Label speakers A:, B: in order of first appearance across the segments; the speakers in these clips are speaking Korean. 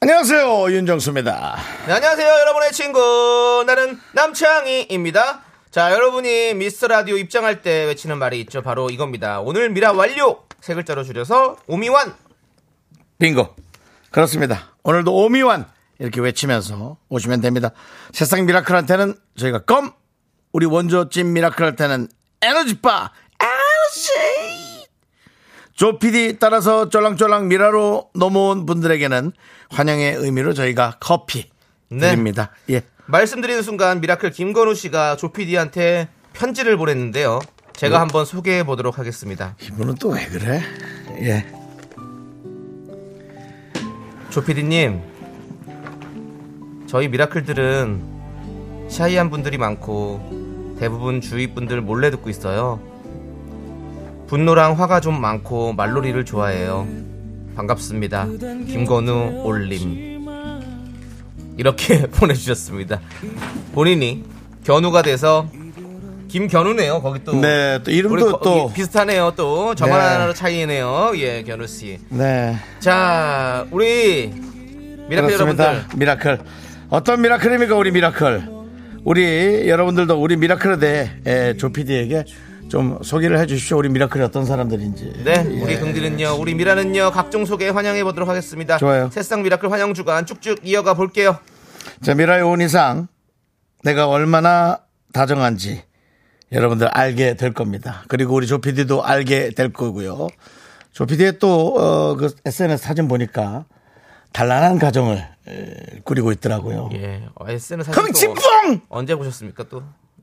A: 안녕하세요 윤정수입니다.
B: 네, 안녕하세요, 여러분의 친구. 나는 남창희입니다. 자, 여러분이 미스터 라디오 입장할 때 외치는 말이 있죠. 바로 이겁니다. 오늘 미라 완료! 세 글자로 줄여서 오미완!
A: 빙고 그렇습니다. 오늘도 오미완 이렇게 외치면서 오시면 됩니다. 세상 미라클한테는 저희가 껌 우리 원조찜 미라클한테는 에너지바 에너지 조피디 따라서 쫄랑쫄랑 미라로 넘어온 분들에게는 환영의 의미로 저희가 커피
B: 네.
A: 드립니다. 예.
B: 말씀드리는 순간 미라클 김건우 씨가 조피디한테 편지를 보냈는데요. 제가 한번 소개해 보도록 하겠습니다.
A: 이분은 또 왜 그래? 예.
B: 조피디님, 저희 미라클들은 샤이한 분들이 많고 대부분 주위 분들 몰래 듣고 있어요. 분노랑 화가 좀 많고 말놀이를 좋아해요. 반갑습니다. 김건우 올림. 이렇게 보내주셨습니다. 본인이 견우가 돼서 김견우네요. 거기 또.
A: 네, 또 이름도
B: 우리 거-
A: 또.
B: 비슷하네요. 또 저만
A: 네.
B: 하나로 차이네요. 예, 견우 씨.
A: 네.
B: 자, 우리 미라클
A: 그렇습니다.
B: 여러분들.
A: 미라클. 어떤 미라클입니까, 우리 미라클? 우리 여러분들도 우리 미라클에 대해 에, 조 PD에게 좀 소개를 해 주십시오. 우리 미라클이 어떤 사람들인지.
B: 네,
A: 예.
B: 우리 긍디는요, 우리 미라는요, 각종 소개 환영해 보도록 하겠습니다.
A: 좋아요.
B: 새싹 미라클 환영 주간 쭉쭉 이어가 볼게요.
A: 자, 미라에 온 이상 내가 얼마나 다정한지 여러분들 알게 될 겁니다. 그리고 우리 조 PD도 알게 될 거고요. 조 PD의 또, 어, 그 SNS 사진 보니까 단란한 가정을 에, 꾸리고 있더라고요.
B: 예, 어, SNS 사진 또
A: 흥치뿡!
B: 언제 보셨습니까 또?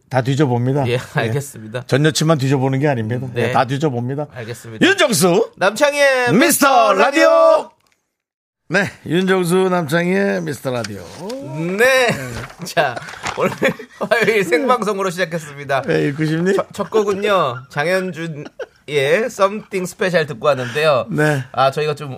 A: 다 뒤져봅니다.
B: 예, 알겠습니다.
A: 전 여친만 뒤져보는 게 아닙니다.
B: 네. 그렇죠.
A: 예, 다 뒤져봅니다.
B: 알겠습니다.
A: 윤정수 네.
B: 남창희의
A: 미스터 라디오. 네, 윤정수 남창희의 미스터 라디오.
B: 네, 자 오늘 화요일 생방송으로 시작했습니다.
A: 왜 예, 읽고 싶니?
B: 첫 곡은요 장현준의 Something Special 듣고 왔는데요.
A: 네.
B: 아 저희가 좀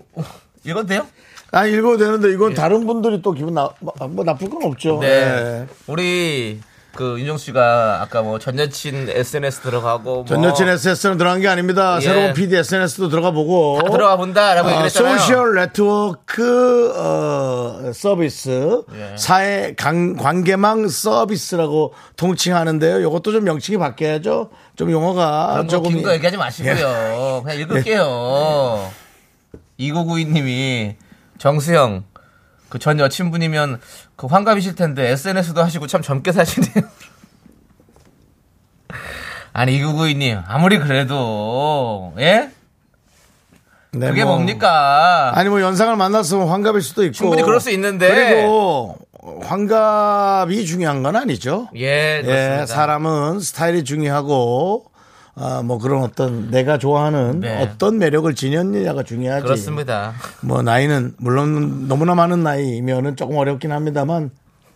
B: 읽어도 돼요?
A: 아 읽어도 되는데 이건 다른 분들이 또 기분 나, 뭐, 뭐 나쁠 건 없죠.
B: 예. 네.
A: 예.
B: 우리 그 윤정수 씨가 아까 뭐 전 여친 SNS 들어가고
A: 전
B: 뭐
A: 여친 SNS는 들어간 게 아닙니다.
B: 예.
A: 새로운 PD SNS도 들어가 보고.
B: 다 들어가 본다라고
A: 아,
B: 얘기를 했잖아요.
A: 소셜 네트워크 어, 서비스
B: 예.
A: 사회 강- 관계망 서비스라고 통칭하는데요. 이것도 좀 명칭이 바뀌어야죠. 좀 용어가
B: 조금
A: 조금
B: 뭐
A: 예.
B: 긴거 얘기하지 마시고요. 그냥 읽을게요. 2992님이 정수영 그 전 여친분이면 그 환갑이실 텐데 SNS도 하시고 참 젊게 사시네요. 아니 2992님 아무리 그래도 예
A: 네,
B: 그게
A: 뭐.
B: 뭡니까?
A: 아니 뭐 연상을 만났으면 환갑일 수도 있고
B: 충분히 그럴 수 있는데.
A: 그리고 환갑이 중요한 건 아니죠.
B: 예 그렇습니다.
A: 예, 사람은 스타일이 중요하고 아, 뭐 그런 어떤 내가 좋아하는
B: 네.
A: 어떤 매력을 지녔느냐가 중요하지.
B: 그렇습니다.
A: 뭐 나이는 물론 너무나 많은 나이면은 조금 어렵긴 합니다만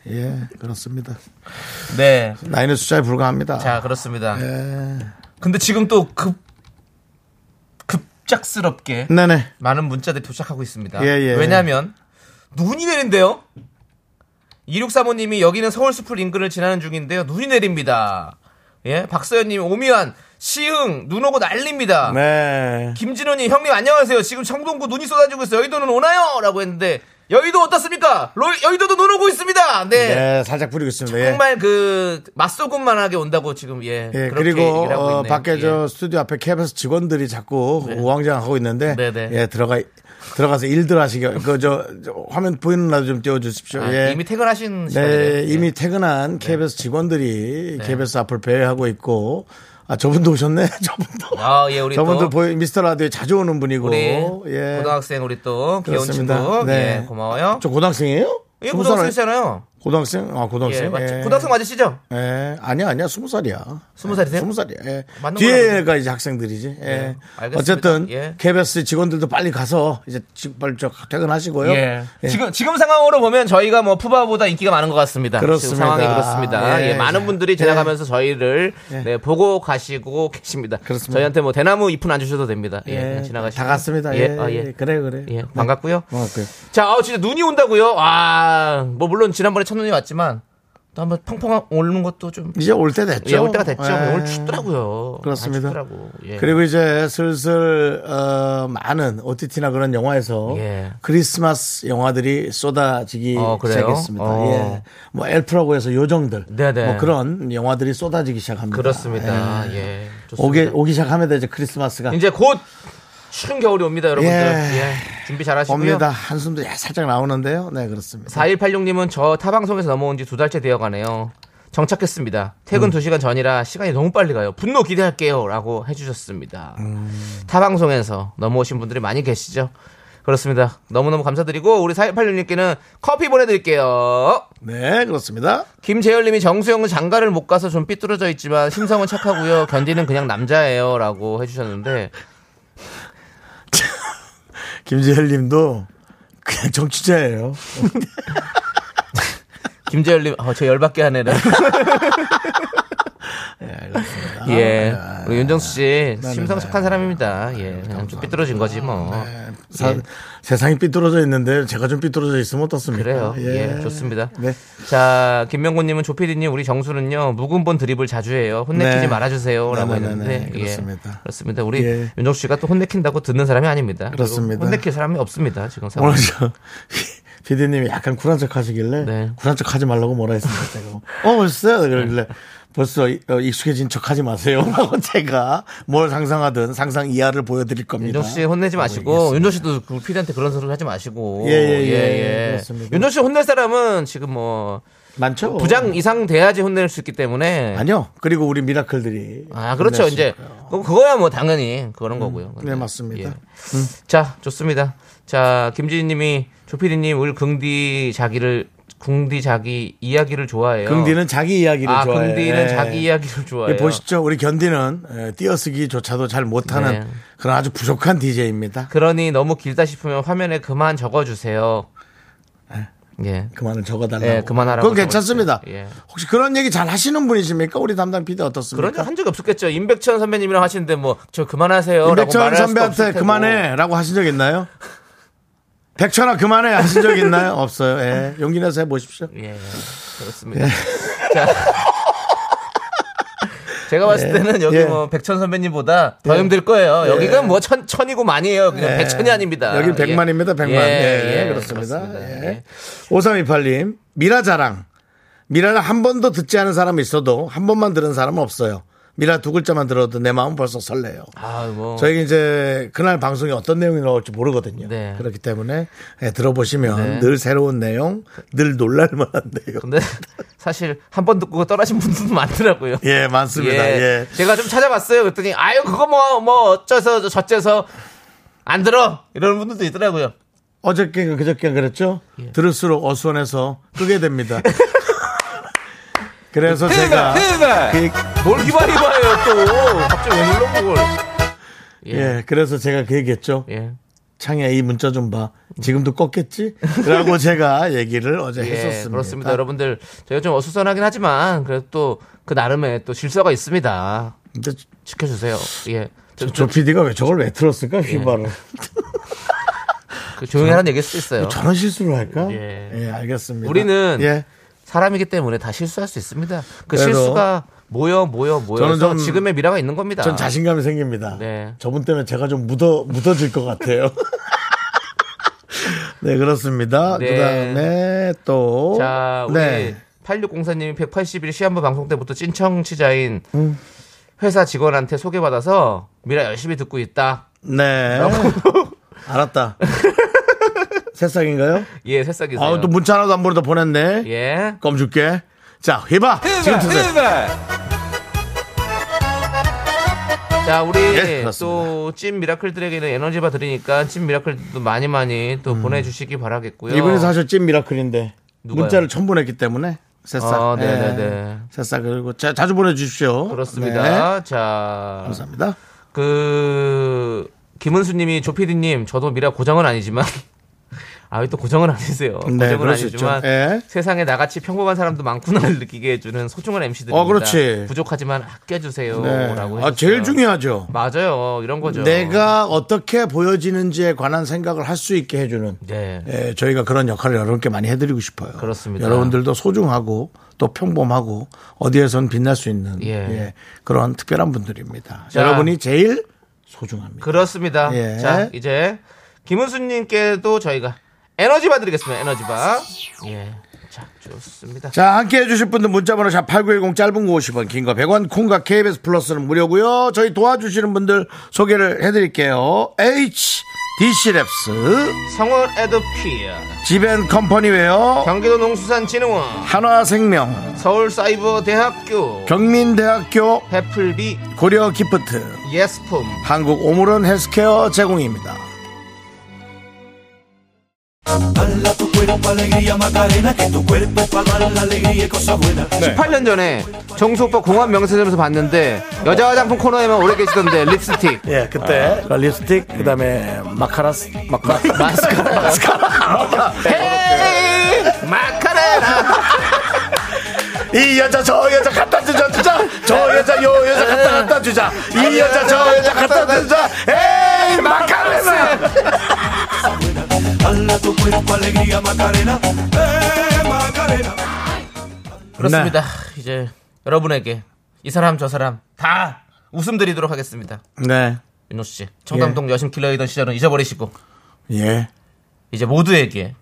A: 예 그렇습니다.
B: 네.
A: 나이는 숫자에 불과합니다. 네.
B: 자, 그렇습니다.
A: 예.
B: 근데 지금 또 급, 급작스럽게
A: 네네.
B: 많은 문자들이 도착하고 있습니다.
A: 예, 예.
B: 왜냐면, 눈이 내린대요? 2635님이 여기는 서울숲을 인근을 지나는 중인데요. 눈이 내립니다. 예. 박서연님, 오미안, 시흥, 눈 오고 난립니다.
A: 네.
B: 김진호님, 형님 안녕하세요. 지금 청동구 눈이 쏟아지고 있어요. 여의도는 오나요? 라고 했는데, 여의도 어떻습니까? 로- 여의도도 눈 오고 있습니다. 네.
A: 예, 살짝 부리고 있습니다. 예.
B: 정말 그 맛소금만하게 온다고 지금 예,
A: 예,
B: 그렇게
A: 그리고
B: 얘기를 하고
A: 어,
B: 있네요.
A: 밖에
B: 예. 네.
A: 저 스튜디오 앞에 캡에서 직원들이 자꾸 우왕좌왕하고 있는데
B: 네네.
A: 예 들어가 들어가서 일들 하시게 그저 저 화면 보이는 라도 좀 띄워주십시오.
B: 아,
A: 예.
B: 이미 퇴근하신
A: 네,
B: 시간이네요. 네.
A: 이미 퇴근한 KBS 직원들이 KBS 앞을 배회하고 있고, 아, 저분도 오셨네, 저분도.
B: 아, 예, 우리
A: 저분도
B: 또
A: 보이, 미스터 라디오에 자주 오는 분이고,
B: 우리
A: 예.
B: 고등학생 우리 또 귀여운
A: 그렇습니다.
B: 친구
A: 네.
B: 예, 고마워요.
A: 저 고등학생이에요?
B: 예,
A: 스무 살 아니-
B: 고등학생이잖아요.
A: 고등학생? 아, 고등학생?
B: 예, 맞죠.
A: 예.
B: 고등학생 맞으시죠?
A: 예. 아니야, 아니야. 스무 살이야.
B: 스무 살이세요?
A: 스무 살이야. 예.
B: 맞는
A: 뒤에가 이제 학생들이지. 예.
B: 알겠습니다.
A: 어쨌든
B: 예.
A: KBS 직원들도 빨리 가서 이제 지- 빨리 저 퇴근하시고요. 예.
B: 지금 지금 상황으로 보면 저희가 뭐 푸바보다 인기가 많은 것 같습니다.
A: 그렇습니다.
B: 지금 상황이 그렇습니다.
A: 예,
B: 예, 많은 분들이 지나가면서 저희를 네, 보고 가시고 계십니다.
A: 그렇습니다.
B: 저희한테 뭐 대나무 잎은 안 주셔도 됩니다. 예, 그냥 지나가시고.
A: 다 갔습니다. 예. 네.
B: 예, 아, 예.
A: 그래, 그래.
B: 예, 반갑고요.
A: 반갑고요.
B: 자, 아, 진짜 눈이 온다고요. 아, 뭐 물론 지난번에 첫눈이 왔지만 또 한번 펑펑 오는 것도 좀
A: 이제 올 때 됐죠.
B: 예, 올 때가 됐죠.
A: 예.
B: 오늘 춥더라고요.
A: 그렇습니다.
B: 아, 춥더라고. 예.
A: 그리고 이제 슬슬 어, 많은 OTT나 그런 영화에서
B: 예.
A: 크리스마스 영화들이 쏟아지기
B: 어, 그래요?
A: 시작했습니다.
B: 어.
A: 예. 뭐 엘프라고 해서 요정들
B: 네네.
A: 뭐 그런 영화들이 쏟아지기 시작합니다.
B: 그렇습니다.
A: 예.
B: 예. 좋습니다.
A: 오기 오기 시작하면 되죠 크리스마스가
B: 이제 곧 추운 겨울이 옵니다, 여러분들.
A: 예.
B: 예. 준비 잘 하시고요.
A: 옵니다. 한숨도 살짝 나오는데요. 네 그렇습니다.
B: 4186님은 저 타방송에서 넘어온 지 두 달째 되어 가네요. 정착했습니다.
A: 음.
B: 퇴근 두 2시간 전이라 시간이 너무 빨리 가요. 분노 기대할게요. 라고 해주셨습니다.
A: 음.
B: 타방송에서 넘어오신 분들이 많이 계시죠? 그렇습니다. 너무너무 감사드리고, 우리 4186님께는 커피 보내드릴게요.
A: 네 그렇습니다.
B: 김재열님이 정수영은 장가를 못 가서 좀 삐뚤어져 있지만 심성은 착하고요. 견디는 그냥 남자예요.라고 해주셨는데
A: 김지열님도 그냥 정치자예요.
B: 김재열님, 어, 저 열받게 하네라. 예, 우리 윤정수 씨 심성 착한 사람입니다. 예, 그냥 좀 삐뚤어진 거지 뭐.
A: 아, 사-
B: 예.
A: 세상이 삐뚤어져 있는데 제가 좀 삐뚤어져 있으면 어떻습니까?
B: 그래요. 예, 좋습니다.
A: 네.
B: 자, 김명곤님은 조피디님 우리 정수는요 무근본 드립을 자주 해요. 혼내키지
A: 네.
B: 말아주세요라고
A: 네네네네.
B: 했는데 예,
A: 그렇습니다.
B: 그렇습니다. 우리
A: 예.
B: 윤정수 씨가 또 혼내킨다고 듣는 사람이 아닙니다. 그리고
A: 그렇습니다.
B: 혼내킬 사람이 없습니다. 지금 상황.
A: 오늘 저 피디님이 약간 쿨한 척 하시길래
B: 네.
A: 쿨한 척 하지 말라고 뭐라 했습니다. 제가 어 벌써 그러길래 벌써 이- 어, 익숙해진 척 하지 마세요. 라고 제가 뭘 상상하든 상상 이하를 보여드릴 겁니다. 어,
B: 윤정수 씨 혼내지 마시고 윤정 씨도 그 피디한테 그런 소리 하지 마시고
A: 예, 예, 예. 그렇습니다.
B: 윤정 씨 혼낼 사람은 지금 뭐
A: 많죠.
B: 부장 이상 돼야지 혼낼 수 있기 때문에
A: 아니요. 그리고 우리 미라클들이
B: 아, 그렇죠.
A: 혼낼 수
B: 이제
A: 있고요.
B: 그- 그거야 뭐 당연히 그런 거고요. 근데,
A: 네, 맞습니다. 음.
B: 예. 자, 좋습니다. 자, 김지희님이 조피디님 울 긍디 자기를 긍디 자기 이야기를 좋아해요.
A: 긍디는 자기 이야기를
B: 아,
A: 좋아해.
B: 긍디는
A: 예.
B: 자기 이야기를 좋아해요.
A: 예, 보시죠. 우리 견디는 예, 띄어쓰기조차도 잘 못하는
B: 네.
A: 그런 아주 부족한 DJ입니다.
B: 그러니 너무 길다 싶으면 화면에 그만 적어주세요. 예.
A: 네. 그만을 적어달라고.
B: 예, 그만하라고
A: 그건 괜찮습니다.
B: 적어주세요. 예.
A: 혹시 그런 얘기 잘 하시는 분이십니까? 우리 담당 PD 어떻습니까?
B: 그런 적 한 적이 없었겠죠. 임백천 선배님이랑 하시는데 뭐 저 그만하세요.
A: 백천 선배한테 그만해라고 하신 적 있나요? 백천아 그만해 하신 적 있나요? 없어요. 예. 용기 내서 해보십시오.
B: 예, 그렇습니다. 자. 제가 봤을 때는 여기
A: 예.
B: 뭐 백천 선배님보다 더
A: 예.
B: 힘들 거예요.
A: 예.
B: 여기가 뭐 천, 천이고 만이에요. 그냥
A: 예.
B: 백천이 아닙니다.
A: 여긴 백만입니다, 백만. 예, 그렇습니다. 예. 5328님, 미라 자랑. 미라를 한 번도 듣지 않은 사람이 있어도 한 번만 들은 사람은 없어요. 미라 두 글자만 들어도 내 마음은 벌써 설레요.
B: 아, 뭐.
A: 저희 이제 그날 방송이 어떤 내용이 나올지 모르거든요.
B: 네.
A: 그렇기 때문에 예, 들어보시면
B: 네.
A: 늘 새로운 내용, 늘 놀랄만한 내용.
B: 근데 사실 한 번 듣고 떠나신 분들도 많더라고요.
A: 예, 많습니다. 예.
B: 제가 좀 찾아봤어요. 그랬더니 아유 그거 뭐 뭐 어째서 저째서 안 들어 이런 분들도 있더라고요.
A: 어저께 그저께 그랬죠? 들을수록 어수선해서 끄게 됩니다. 그래서 제가 그,
B: 뭘 기발이봐요 또 갑자기 왜 눌러 그걸?
A: 예, 그래서 제가 그 얘기했죠.
B: 예.
A: 창이야 이 문자 좀 봐. 지금도 껐겠지? 라고 제가 얘기를 어제 했었습니다.
B: 예,
A: 아,
B: 그렇습니다. 여러분들 저희가 좀 어수선하긴 하지만 그래도 또 그 나름의 또 질서가 있습니다.
A: 근데
B: 지켜주세요. 예. 좀,
A: 조
B: 좀,
A: PD가 왜 저걸 왜
B: 예.
A: 틀었을까? 휘발을.
B: 그 조용히 하라는 얘기일 수 있어요.
A: 저런 실수를 할까?
B: 예.
A: 예, 알겠습니다.
B: 우리는
A: 예.
B: 사람이기 때문에 다 실수할 수 있습니다. 그
A: 그래도
B: 실수가 모여 모여
A: 저는
B: 모여서
A: 좀-
B: 지금의 미라가 있는 겁니다.
A: 전 자신감이 생깁니다.
B: 네.
A: 저분 때문에 제가 좀 묻어, 묻어질 것 같아요. 네, 그렇습니다.
B: 네.
A: 그 다음에 또.
B: 자, 우리
A: 네.
B: 8604님이 181 시한부 방송 때부터 찐청취자인
A: 음.
B: 회사 직원한테 소개받아서 미라 열심히 듣고 있다.
A: 네. 알았다. 새싹인가요?
B: 예, 새싹이세요.
A: 아, 또 문자 하나도 안 보내다 보냈네.
B: 예.
A: 껌 줄게. 자, 해봐. 지금 드세요.
B: 자 우리
A: 예,
B: 또 찐 미라클들에게는 에너지바
A: 음.
B: 드리니까 찐 미라클들도 많이 많이 또 보내주시기 바라겠고요.
A: 이분이 사실 찐 미라클인데.
B: 누가요?
A: 문자를 처음 보냈기 때문에 새싹.
B: 아,
A: 예.
B: 네네네.
A: 새싹 그리고 자, 자주 보내주십시오. 네.
B: 그렇습니다. 자,
A: 감사합니다.
B: 그 김은수님이 조피디님 저도 미라 고정은 아니지만 아또 고정은 아니세요. 고정은
A: 네, 그럴 수
B: 아니지만
A: 있죠. 예.
B: 세상에 나같이 평범한 사람도 많구나를 느끼게 해주는 소중한 MC들입니다.
A: 어, 그렇지.
B: 부족하지만
A: 네.
B: 아껴주세요라고. 그렇죠.
A: 아 제일 중요하죠.
B: 맞아요. 이런 거죠.
A: 내가 어떻게 보여지는지에 관한 생각을 할 수 있게 해주는
B: 네.
A: 예, 저희가 그런 역할을 여러분께 많이 해드리고 싶어요.
B: 그렇습니다.
A: 여러분들도 소중하고 또 평범하고 어디에선 빛날 수 있는
B: 예.
A: 예, 그런 특별한 분들입니다.
B: 자.
A: 여러분이 제일 소중합니다.
B: 그렇습니다.
A: 예.
B: 자, 이제 김은수님께도 저희가 에너지 받드리겠습니다. 에너지 바. 예. 자, 좋습니다.
A: 자, 함께 해주실 분들 문자번호 샵 8910 짧은 거 50원, 긴 거 100원, 콩과 KBS 플러스는 무료고요 저희 도와주시는 분들 소개를 해드릴게요. HDC랩스,
B: 성원 에드피어,
A: 지벤 컴퍼니웨어,
B: 경기도 농수산진흥원,
A: 한화생명,
B: 서울사이버대학교,
A: 경민대학교,
B: 해플비,
A: 고려기프트,
B: 예스품.
A: 한국 오므론 헬스케어 제공입니다. 네.
B: 8년 전에 정수 오빠 공항 명세점에서 봤는데 여자 화장품 코너에만 오래 계시던데 립스틱.
A: 예, 그때 립스틱, 그 다음에 마카라스, 마카라스.
B: 마스카라. 헤이! 마카레라!
A: 이 여자 저 여자 갖다 주자 주자 저 여자 요 여자 갖다 갖다 주자 이 여자 저 여자 갖다 주자 에이 마카레나
B: 그렇습니다. 이제 여러분에게 이 사람 저 사람 다 웃음 드리도록 하겠습니다.
A: 네예
B: 윤호 씨,
A: 예.
B: 청담동 여심 킬러이던 시절은 잊어버리시고 이제 모두에게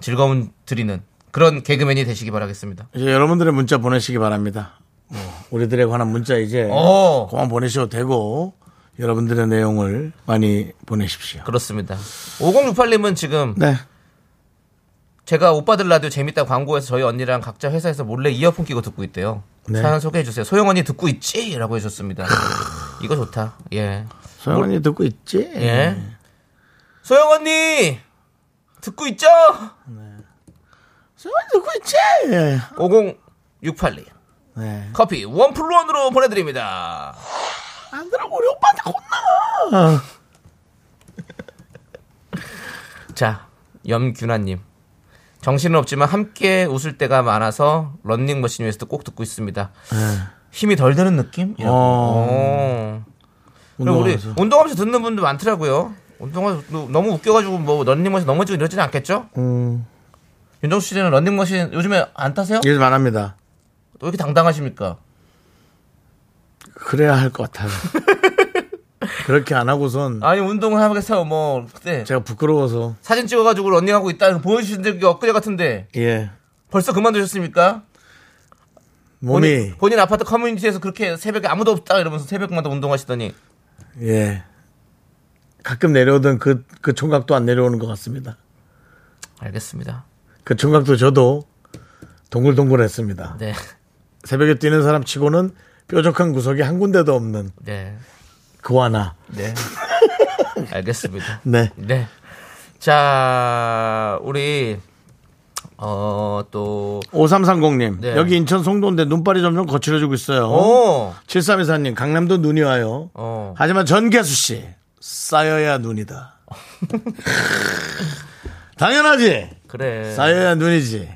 B: 즐거움 드리는 그런 개그맨이 되시기 바라겠습니다.
A: 이제 여러분들의 문자 보내시기 바랍니다 뭐, 우리들에 관한 문자 이제
B: 오.
A: 그만 보내셔도 되고 여러분들의 내용을 많이 보내십시오
B: 그렇습니다. 5068님은 지금
A: 네
B: 제가 오빠들 라디오 재밌다 광고해서 저희 언니랑 각자 회사에서 몰래 이어폰 끼고 듣고 있대요.
A: 네.
B: 사연 소개해 주세요. 소영 언니 듣고 있지라고 해줬습니다. 이거 좋다. 예,
A: 소영언니 듣고 있지
B: 예. 소영 언니 듣고 있죠?
A: 소영언니 듣고 있지 예.
B: 50682
A: 네
B: 커피 원 플루 원으로 보내드립니다.
A: 안들어 우리 오빠한테 혼나
B: 자, 염균아님. 정신은 없지만 함께 웃을 때가 많아서 런닝머신 위에서도 꼭 듣고 있습니다.
A: 네.
B: 힘이 덜 드는 느낌? 이라고. 오. 어. 그리고 우리
A: 운동하면서.
B: 운동하면서 듣는 분들 많더라고요. 운동하면서 너무 웃겨가지고 뭐 런닝머신 넘어지고 이러진 않겠죠? 윤정수 씨는 런닝머신 요즘에 안 타세요?
A: 일많합니다
B: 왜 이렇게 당당하십니까?
A: 그래야 할 것 같아요. 그렇게 안 하고선
B: 아니 운동을 하겠어요 뭐 그때
A: 제가 부끄러워서
B: 사진 찍어가지고 런닝하고 있다 보여주신 적이 엊그제 같은데
A: 예
B: 벌써 그만두셨습니까?
A: 몸이
B: 본인, 본인 아파트 커뮤니티에서 그렇게 새벽에 아무도 없다 이러면서 새벽마다 운동하시더니
A: 예 가끔 내려오던 그 그 총각도 안 내려오는 것 같습니다.
B: 알겠습니다.
A: 그 총각도 저도 동글동글했습니다.
B: 네,
A: 새벽에 뛰는 사람 치고는 뾰족한 구석이 한 군데도 없는
B: 네,
A: 그와 나.
B: 네. 알겠습니다.
A: 네.
B: 네. 자, 우리 어또
A: 5330님
B: 네.
A: 여기 인천 송도인데 눈발이 점점 거칠어지고 있어요.
B: 오,
A: 7324님 강남도 눈이 와요.
B: 어.
A: 하지만 전계수 씨 쌓여야 눈이다. 당연하지.
B: 그래.
A: 쌓여야 눈이지.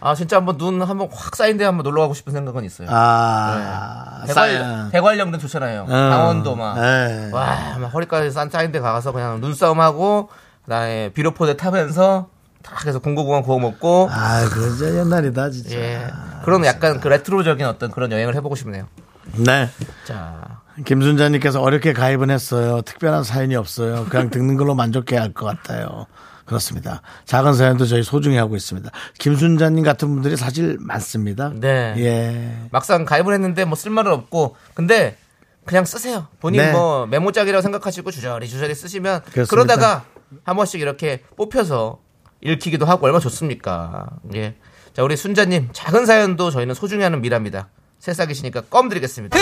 B: 아 진짜 한번 눈 한번 확 쌓인 데 한번 놀러 가고 싶은 생각은 있어요.
A: 아 쌓여.
B: 대관령, 대관령 그 좋잖아요. 네. 강원도 막.
A: 네.
B: 와, 막 허리까지 싼 짜인데 가서 그냥 눈싸움하고, 그다음에 비료포대 타면서 딱 해서 공고공항 구워 먹고,
A: 아 그저 옛날이다 진짜.
B: 예. 그런 약간 그 레트로적인 어떤 그런 여행을 해보고 싶네요.
A: 네.
B: 자,
A: 김순자님께서 어렵게 가입은 했어요. 특별한 사연이 없어요. 그냥 듣는 걸로 만족해야 할 것 같아요. 그렇습니다. 작은 사연도 저희 소중히 하고 있습니다. 김순자님 같은 분들이 사실 많습니다.
B: 네.
A: 예.
B: 막상 가입을 했는데 뭐 쓸말은 없고, 근데 그냥 쓰세요. 본인
A: 네.
B: 뭐 메모장이라고 생각하시고 주저리 주저리 쓰시면
A: 그렇습니다.
B: 그러다가한 번씩 이렇게 뽑혀서 읽히기도 하고 얼마나 좋습니까? 예. 자, 우리 순자님 작은 사연도 저희는 소중히 하는 미라입니다. 새싹이시니까 껌 드리겠습니다.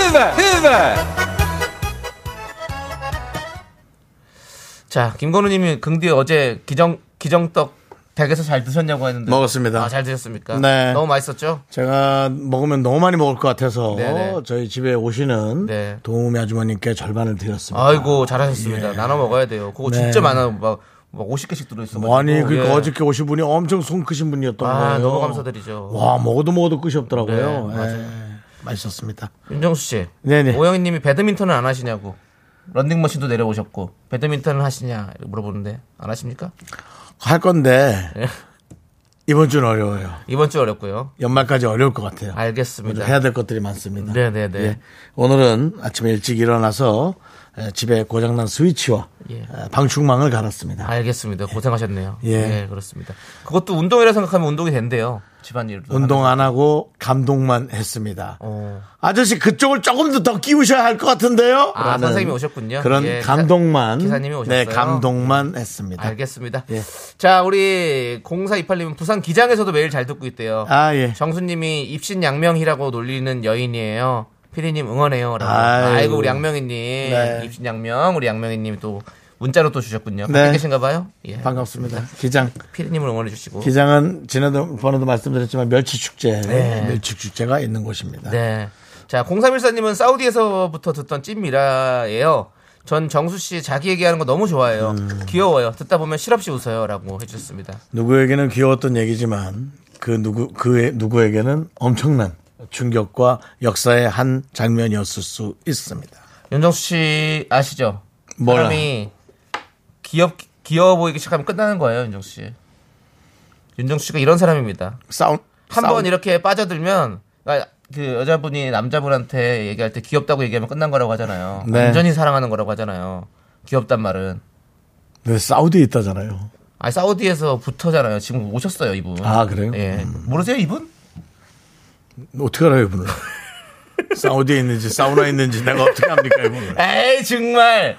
B: 자, 김건우님이 긍디 어제 기정 기정떡 댁에서 잘 드셨냐고 했는데
A: 먹었습니다.
B: 아, 잘 드셨습니까?
A: 네.
B: 너무 맛있었죠?
A: 제가 먹으면 너무 많이 먹을 것 같아서
B: 네네.
A: 저희 집에 오시는
B: 네.
A: 도우미 아주머님께 절반을 드렸습니다.
B: 아이고 잘하셨습니다. 나눠 먹어야 돼요. 그거
A: 예. 네.
B: 진짜 많아 막, 막 50개씩 들어있어.
A: 아니 그 어저께 오신 분이 엄청 손 크신 분이었던
B: 예. 아,
A: 거예요.
B: 너무 감사드리죠.
A: 와 먹어도 먹어도 끝이 없더라고요.
B: 네,
A: 예,
B: 맞아요.
A: 맛있었습니다.
B: 윤정수 씨,
A: 네네.
B: 오영희님이 배드민턴은 안 하시냐고 런닝머신도 내려오셨고 배드민턴은 하시냐 이렇게 물어보는데 안 하십니까?
A: 할 건데
B: 네.
A: 이번 주는 어려워요.
B: 이번 주 어렵고요.
A: 연말까지 어려울 것 같아요.
B: 알겠습니다.
A: 해야 될 것들이 많습니다.
B: 네. 네네네.
A: 예. 오늘은 아침에 일찍 일어나서 에, 집에 고장난 스위치와
B: 예.
A: 에, 방충망을 갈았습니다.
B: 알겠습니다. 고생하셨네요.
A: 예.
B: 예, 그렇습니다. 그것도 운동이라 생각하면 운동이 된대요. 집안일.
A: 운동 안 하고 감동만 했습니다.
B: 어.
A: 아저씨 그쪽을 조금 더 더 끼우셔야 할 것 같은데요.
B: 아,
A: 라는
B: 선생님이 오셨군요.
A: 그런
B: 예, 기사-
A: 감동만
B: 기사님이 오셨어요.
A: 네, 감동만 했습니다.
B: 알겠습니다.
A: 예.
B: 자, 우리 0428님은 부산 기장에서도 매일 잘 듣고 있대요.
A: 아 예.
B: 네. 정수님이 입신 양명이라고 놀리는 여인이에요. 피디님 응원해요. 라고.
A: 아이고.
B: 아이고. 우리 양명이님.
A: 네.
B: 입신 양명, 우리 양명이님 또 문자로 또 주셨군요.
A: 네.
B: 밖에 계신가 봐요? 예.
A: 반갑습니다. 기장.
B: 피디님을 응원해 주시고.
A: 기장은 지난번에도 말씀드렸지만 멸치 축제,
B: 네.
A: 멸치 축제가 있는 곳입니다.
B: 네. 자, 0314님은 사우디에서부터 듣던 찐미라예요. 전 정수 씨 자기 얘기하는 거 너무 좋아해요.
A: 음.
B: 귀여워요. 듣다 보면 실없이 웃어요라고 해주셨습니다.
A: 누구에게는 귀여웠던 얘기지만 그 누구 그 누구에게는 엄청난 충격과 역사의 한 장면이었을 수 있습니다.
B: 윤정수 씨 아시죠?
A: 몰라.
B: 사람이 귀엽 귀여워 보이기 시작하면 끝나는 거예요, 윤정수 씨. 윤정수 씨가 이런 사람입니다.
A: 싸운
B: 한 번 이렇게 빠져들면 아, 그 여자분이 남자분한테 얘기할 때 귀엽다고 얘기하면 끝난 거라고 하잖아요.
A: 네.
B: 완전히 사랑하는 거라고 하잖아요. 귀엽단 말은.
A: 네, 사우디에 있다잖아요.
B: 아 사우디에서 붙어잖아요. 지금 오셨어요, 이분.
A: 아, 그래요?
B: 예. 모르세요, 이분?
A: 어떻게 알아요, 이분을? 사우디에 있는지 사우나에 있는지 내가 어떻게 합니까, 이분을?
B: 에이, 정말.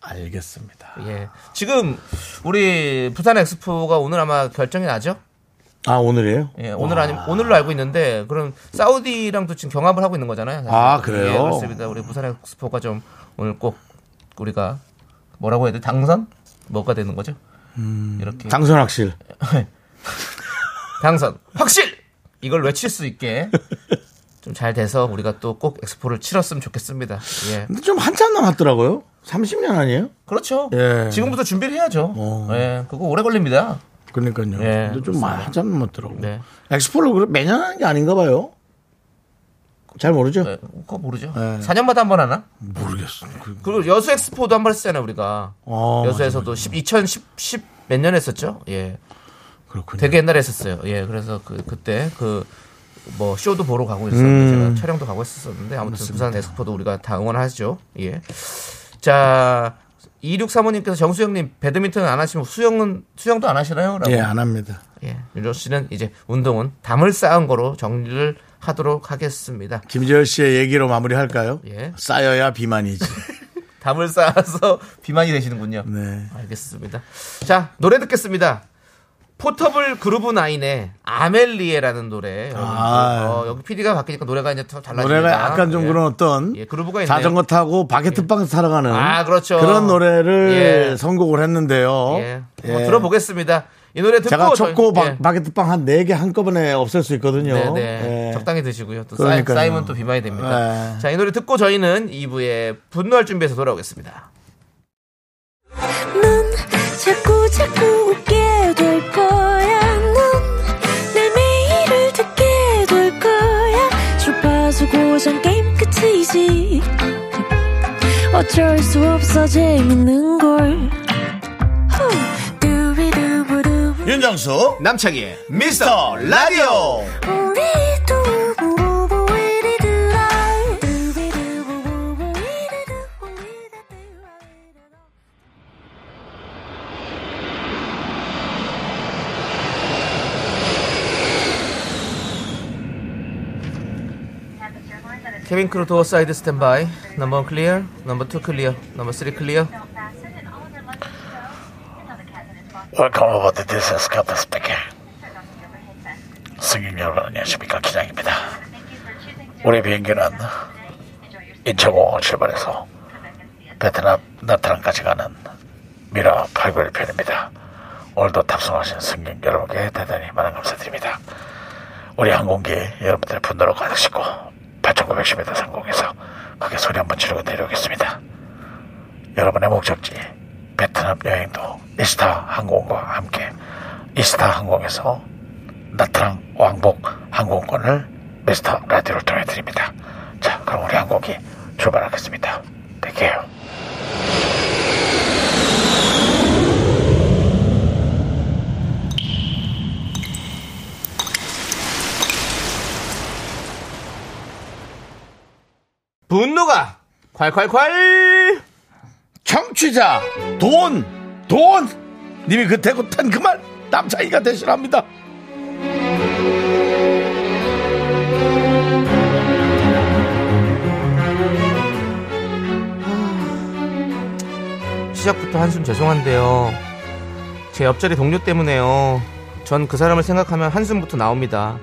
A: 알겠습니다.
B: 예. 지금 우리 부산 엑스포가 오늘 아마 결정이 나죠?
A: 아, 오늘이에요?
B: 예, 오늘 아니 오늘로 알고 있는데 그럼 사우디랑도 지금 경합을 하고 있는 거잖아요. 사실.
A: 아, 그래요?
B: 예, 그렇습니다. 우리 부산 엑스포가 좀 오늘 꼭 우리가 뭐라고 해야 돼? 당선? 뭐가 되는 거죠?
A: 음.
B: 이렇게
A: 당선 확실.
B: 당... 선 확실 이걸 외칠 수 있게 좀 잘 돼서 우리가 또 꼭 엑스포를 치렀으면 좋겠습니다. 예.
A: 근데 좀 한참 남았더라고요. 30년 아니에요?
B: 그렇죠.
A: 예.
B: 지금부터 준비를 해야죠.
A: 어.
B: 예. 그거 오래 걸립니다.
A: 그러니까요.
B: 예,
A: 근데 좀 한참 남았더라고요.
B: 네.
A: 엑스포를 그래- 매년 하는 게 아닌가 봐요. 잘 모르죠?
B: 예, 그거 모르죠.
A: 예.
B: 4년마다 한 번 하나?
A: 모르겠어요. 그-
B: 그리고 여수 엑스포도 한 번 했잖아요, 우리가.
A: 아,
B: 여수에서도 10, 2010, 몇 년 했었죠? 예.
A: 그렇군요.
B: 되게 옛날에 했었어요. 예. 그래서 그, 그때 그, 뭐, 쇼도 보러 가고 있었는데,
A: 음.
B: 제가 촬영도 가고 있었는데, 아무튼 부산 엑스포도 우리가 다 응원하죠. 예. 자, 2635님께서 정수영님, 배드민턴 안 하시면 수영은, 수영도 안 하시나요? 라고.
A: 예, 안 합니다.
B: 예. 윤조 씨는 이제 운동은 담을 쌓은 거로 정리를 하도록 하겠습니다.
A: 김재열 씨의 얘기로 마무리할까요?
B: 예.
A: 쌓여야 비만이지.
B: 담을 쌓아서 비만이 되시는군요.
A: 네.
B: 알겠습니다. 자, 노래 듣겠습니다. 포터블 그루브 나인의 아멜리에라는 노래. 여러분,
A: 아.
B: 어, 여기 PD가 바뀌니까 노래가 이제 더 달라집니다.
A: 노래가 약간 좀
B: 예.
A: 그런 어떤
B: 예, 그루브가 있네요. 예.
A: 자전거 타고 바게트빵 사러 가는
B: 아, 그렇죠.
A: 런 노래를
B: 예.
A: 선곡을 했는데요.
B: 예.
A: 예.
B: 한번 들어보겠습니다. 이 노래 듣고
A: 제가
B: 저희-
A: 초코 바,
B: 예.
A: 게트빵 한 네 개 한꺼번에 없앨 수 있거든요.
B: 네, 네.
A: 예.
B: 적당히 드시고요. 또 쌓이,
A: 그러니까요.
B: 쌓이면 또 비만이 됩니다.
A: 예.
B: 자, 이 노래 듣고 저희는 2부에 분노할 준비해서 돌아오겠습니다.
C: 넌 자꾸 자꾸 웃게 될 거야. 넌내 매일을 듣게 될 거야. 주파수 고정 게임 끝이지. 어쩔 수 없어 재밌는 걸. 후. 두비두부두.
A: 윤정수 남창희의 미스터 라디오
C: 우리 두부부부 우리 두라. 두비두부부부 우리 두부 우리 두라.
B: 케빈 크루 도어 사이드 스탠바이. 넘버 1 클리어, 넘버 2 클리어, 넘버 3 클리어.
D: Welcome aboard the this is Captain speaking. 승객 여러분 안녕하십니까 기장입니다. 우리 비행기는 인천공항을 출발해서 베트남 나트랑까지 가는 미라 891편입니다. 오늘도 탑승하신 승객 여러분께 대단히 많은 감사드립니다. 우리 항공기 여러분들의 분노를 가득 싣고 8,910m 상공에서 크게 소리 한번 지르고 내려오겠습니다. 여러분의 목적지 베트남 여행도 이스타 항공과 함께 이스타 항공에서 나트랑 왕복 항공권을 미스터 라디오를 통해 드립니다. 자, 그럼 우리 항공기 출발하겠습니다. 뵐게요.
B: 분노가 콸콸콸
A: 청취자 돈! 돈! 님이 그 대고 탄 그 말 남창희가 대신합니다.
B: 시작부터 한숨 죄송한데요 제 옆자리 동료 때문에요 전 그 사람을 생각하면 한숨부터 나옵니다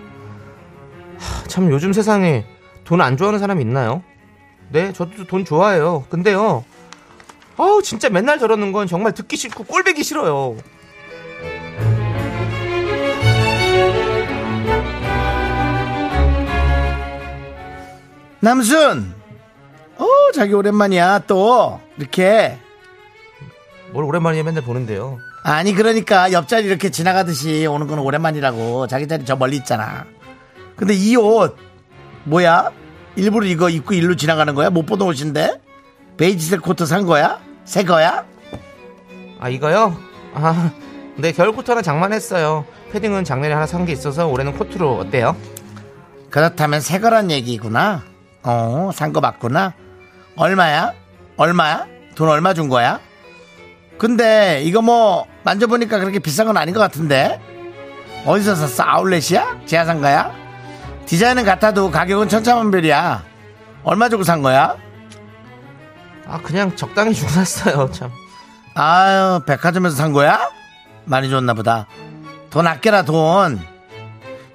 B: 하, 참 요즘 세상에 돈 안 좋아하는 사람이 있나요? 네 저도 돈 좋아해요 근데요 아우 진짜 맨날 저러는 건 정말 듣기 싫고 꼴배기 싫어요
A: 남순! 어, 자기 오랜만이야, 또. 이렇게.
B: 뭘 오랜만에 맨날 보는데요
A: 아니, 그러니까 옆자리 이렇게 지나가듯이 오는 건 오랜만이라고. 자기 자리 저 멀리 있잖아. 근데 이 옷, 뭐야? 일부러 이거 입고 일로 지나가는 거야? 못 보던 옷인데? 베이지색 코트 산 거야? 새 거야?
B: 아 이거요? 아, 네 겨울 코트 하나 장만했어요. 패딩은 작년에 하나 산 게 있어서 올해는 코트로 어때요?
A: 그렇다면 새 거란 얘기구나. 어, 산 거 맞구나. 얼마야? 얼마야? 돈 얼마 준 거야? 근데 이거 뭐 만져보니까 그렇게 비싼 건 아닌 것 같은데? 어디서 샀어? 아울렛이야? 지하상가야? 디자인은 같아도 가격은 천차만별이야. 얼마 주고 산 거야?
B: 아 그냥 적당히 주고 샀어요. 참.
A: 아유, 백화점에서 산 거야? 많이 줬나 보다. 돈 아껴라, 돈.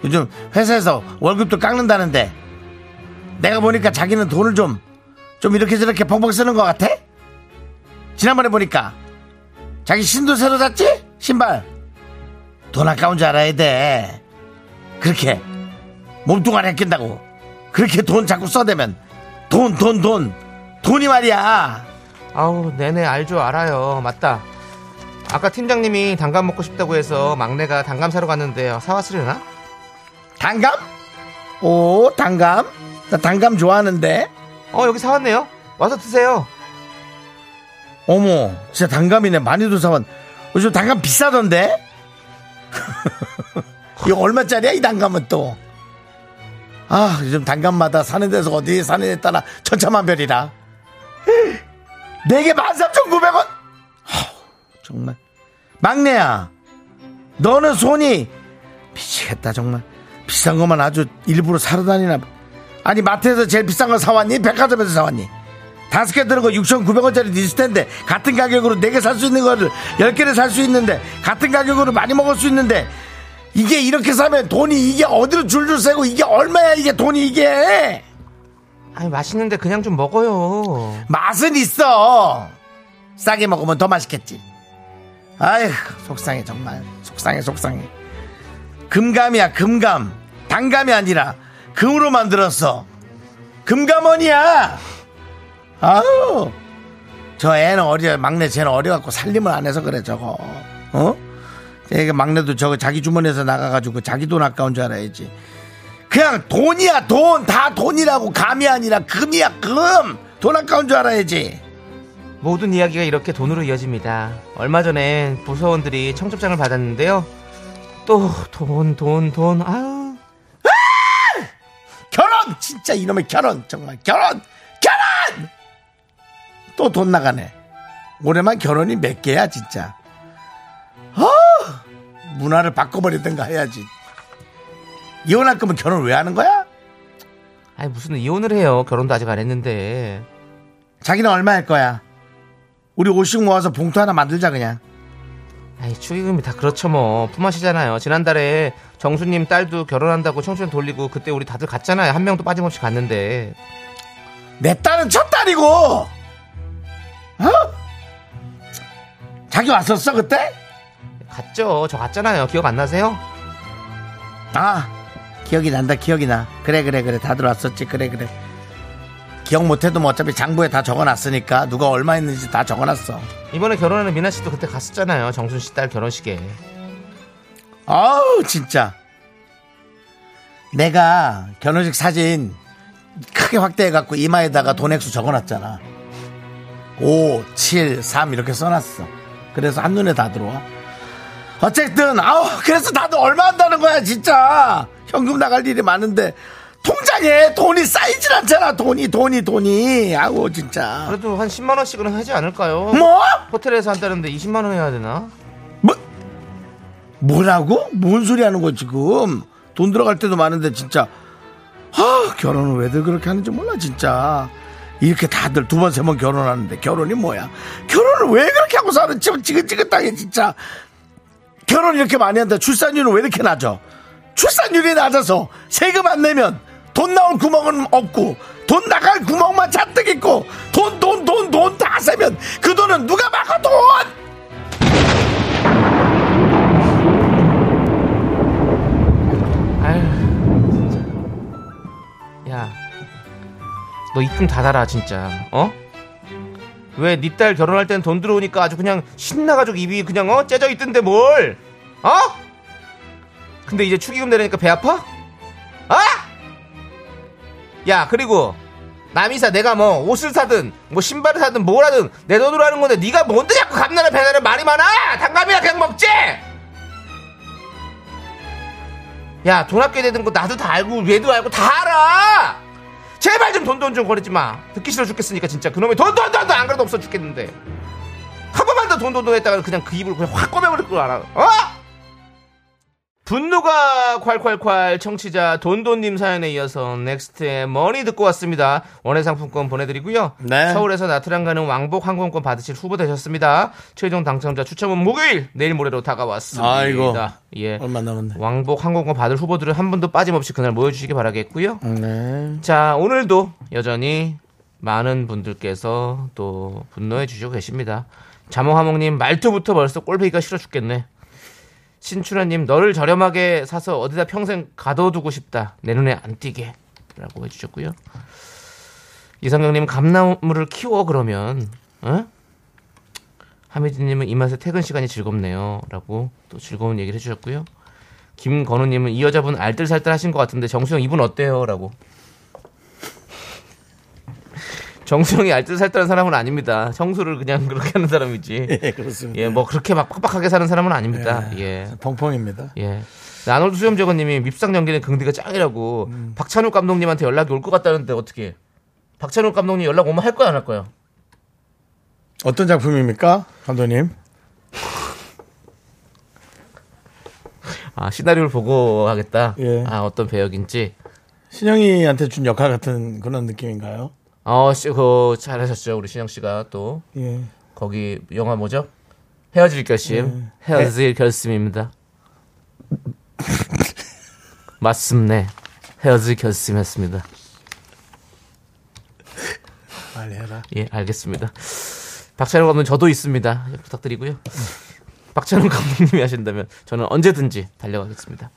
A: 요즘 회사에서 월급도 깎는다는데. 내가 보니까 자기는 돈을 좀, 좀 이렇게 저렇게 펑펑 쓰는 것 같아? 지난번에 보니까. 자기 신도 새로 샀지? 신발. 돈 아까운 줄 알아야 돼. 그렇게. 몸뚱아리 아낀다고. 그렇게 돈 자꾸 써대면. 돈, 돈, 돈. 돈이 말이야.
B: 아우 네네 알죠 알아요. 맞다. 아까 팀장님이 단감 먹고 싶다고 해서 막내가 단감 사러 갔는데 사왔으려나?
A: 단감? 오, 단감? 나 단감 좋아하는데.
B: 어 여기 사왔네요. 와서 드세요.
A: 어머, 진짜 단감이네. 많이도 사왔. 요즘 단감 비싸던데? 이거 얼마짜리야, 이 단감은 또? 아, 요즘 단감마다 사는 데서 어디 사는 데 따라 천차만별이라. 네개 13,900원! 정말. 막내야, 너는 손이 미치겠다, 정말. 비싼 것만 아주 일부러 사러 다니나. 봐. 아니, 마트에서 제일 비싼 걸 사왔니? 백화점에서 사왔니? 다섯 개 드는 거 6,900원짜리 있을 텐데 같은 가격으로 네 개 살 수 있는 거를 열 개를 살 수 있는데 같은 가격으로 많이 먹을 수 있는데 이게 이렇게 사면 돈이 이게 어디로 줄줄 새고 이게 얼마야 이게 돈이 이게
B: 아니 맛있는데 그냥 좀 먹어요.
A: 맛은 있어 싸게 먹으면 더 맛있겠지 아휴 속상해 정말 속상해 속상해 금감이야 금감 단감이 아니라 금으로 만들었어 금감원이야 아우 저 애는 어려 막내 쟤는 어려갖고 살림을 안 해서 그래 저거 어? 애가 막내도 저거 자기 주머니에서 나가가지고 자기 돈 아까운 줄 알아야지 그냥 돈이야 돈 다 돈이라고 감이 아니라 금이야 금돈 아까운 줄 알아야지
B: 모든 이야기가 이렇게 돈으로 이어집니다. 얼마 전에 부서원들이 청첩장을 받았는데요. 또 돈, 돈, 돈. 아유.
A: 결혼 진짜 이놈의 결혼 정말 결혼 결혼 또 돈 나가네 올해만 결혼이 몇 개야 진짜 아 문화를 바꿔버리든가 해야지 이혼할 거면 결혼 왜 하는 거야
B: 아니 무슨 이혼을 해요. 결혼도 아직 안 했는데.
A: 자기는 얼마 할 거야 우리 50 모아서 봉투 하나 만들자 그냥
B: 아이 축의금이 다 그렇죠 뭐. 품앗이잖아요. 지난달에 정수님 딸도 결혼한다고 청춘 돌리고 그때 우리 다들 갔잖아요. 한 명도 빠짐없이 갔는데.
A: 내 딸은 첫 딸이고, 어? 자기 왔었어 그때?
B: 갔죠. 저 갔잖아요. 기억 안 나세요?
A: 아 기억이 난다 기억이 나 그래 그래 그래 다들 왔었지 그래 그래 기억 못해도 뭐 어차피 장부에 다 적어놨으니까 누가 얼마 있는지 다 적어놨어
B: 이번에 결혼하는 미나 씨도 그때 갔었잖아요. 정순 씨 딸 결혼식에.
A: 아우 진짜 내가 결혼식 사진 크게 확대해갖고 이마에다가 돈 액수 적어놨잖아 5, 7, 3 이렇게 써놨어 그래서 한눈에 다 들어와 어쨌든 아우 그래서 다들 얼마 한다는 거야 진짜 현금 나갈 일이 많은데 통장에 돈이 쌓이질 않잖아 돈이 돈이 돈이 아우 진짜
B: 그래도 한 10만 원씩은 하지 않을까요?
A: 뭐?
B: 호텔에서 한다는데 20만 원 해야 되나?
A: 뭐 뭐라고? 뭔 소리 하는 거야 지금 돈 들어갈 때도 많은데 진짜 아 결혼은 왜들 그렇게 하는지 몰라 진짜 이렇게 다들 두 번 세 번 결혼하는데 결혼이 뭐야 결혼을 왜 그렇게 하고 사는 지금 지긋지긋하게 진짜 결혼 이렇게 많이 한다 출산율은 왜 이렇게 낮아 출산율이 낮아서 세금 안 내면 돈 나올 구멍은 없고 돈 나갈 구멍만 잔뜩 있고 돈 돈 돈 돈 다 세면 그 돈은 누가 막아 돈
B: 아휴, 진짜. 야, 너 입금 닫아라, 진짜. 어? 왜 니 딸 결혼할 땐 돈 들어오니까 아주 그냥 신나가지고 입이 그냥 어? 째져 있던데 뭘? 어? 근데 이제 축의금 내려니까 배 아파? 아? 야, 그리고 남이사 내가 뭐 옷을 사든 뭐 신발을 사든 뭘 하든 내 돈으로 하는 건데 네가 뭔데 자꾸 감나라 배나라 말이 많아? 당감이나 그냥 먹지? 야, 돈 아껴야 되는 거 나도 다 알고, 얘도 알고, 다 알아! 제발 좀 돈 돈 좀 거리지 마. 듣기 싫어 죽겠으니까, 진짜. 그놈의 돈, 돈, 돈, 돈, 안 그래도 없어 죽겠는데. 한 번만 더 돈, 돈, 돈 했다가 그냥 그 입을 그냥 확 꼬매버릴 걸 알아. 어? 분노가 콸콸콸 청취자 돈돈님 사연에 이어서 넥스트의 머니 듣고 왔습니다. 원예상품권 보내드리고요.
A: 네.
B: 서울에서 나트랑 가는 왕복 항공권 받으실 후보 되셨습니다. 최종 당첨자 추첨은 목요일 내일 모레로 다가왔습니다.
A: 아이고.
B: 예.
A: 얼마 남았네
B: 왕복 항공권 받을 후보들은 한 분도 빠짐없이 그날 모여주시기 바라겠고요. 자, 오늘도 여전히 많은 분들께서 또 분노해 주시고 계십니다. 자몽하몽님 말투부터 벌써 꼴배기가 싫어 죽겠네. 신춘하님 너를 저렴하게 사서 어디다 평생 가둬두고 싶다. 내 눈에 안 띄게라고 해주셨고요. 이상경님 감나무를 키워 그러면 어? 하미진님은 이 맛에 퇴근 시간이 즐겁네요라고 또 즐거운 얘기를 해주셨고요. 김건우님은 이 여자분 알뜰살뜰하신 것 같은데 정수영 이분 어때요?라고. 정수영이 알뜰살뜰한 사람은 아닙니다. 청소를 그냥 그렇게 하는 사람이지.
A: 예, 그렇습니다.
B: 예, 뭐 그렇게 막 빡빡하게 사는 사람은 아닙니다.
A: 네.
B: 예.
A: 펑펑입니다.
B: 예. 나놀드 수염저거님이 밉상 연기는 긍디가 짱이라고 박찬욱 감독님한테 연락이 올 것 같다는데 어떻게? 해? 박찬욱 감독님 연락 오면 할 거야 안 할 거야?
A: 어떤 작품입니까, 감독님?
B: 아 시나리오를 보고 하겠다.
A: 예.
B: 아 어떤 배역인지.
A: 신영이한테 준 역할 같은 그런 느낌인가요?
B: 어그 잘하셨죠 우리 신영 씨가 또
A: 예.
B: 거기 영화 뭐죠? 헤어질 결심. 헤어질 결심입니다. 맞습네. 헤어질 결심했습니다.
A: 빨리 해라.
B: 예, 알겠습니다. 박찬호 감독님 저도 있습니다. 예, 부탁드리고요. 박찬호 감독님이 하신다면 저는 언제든지 달려가겠습니다.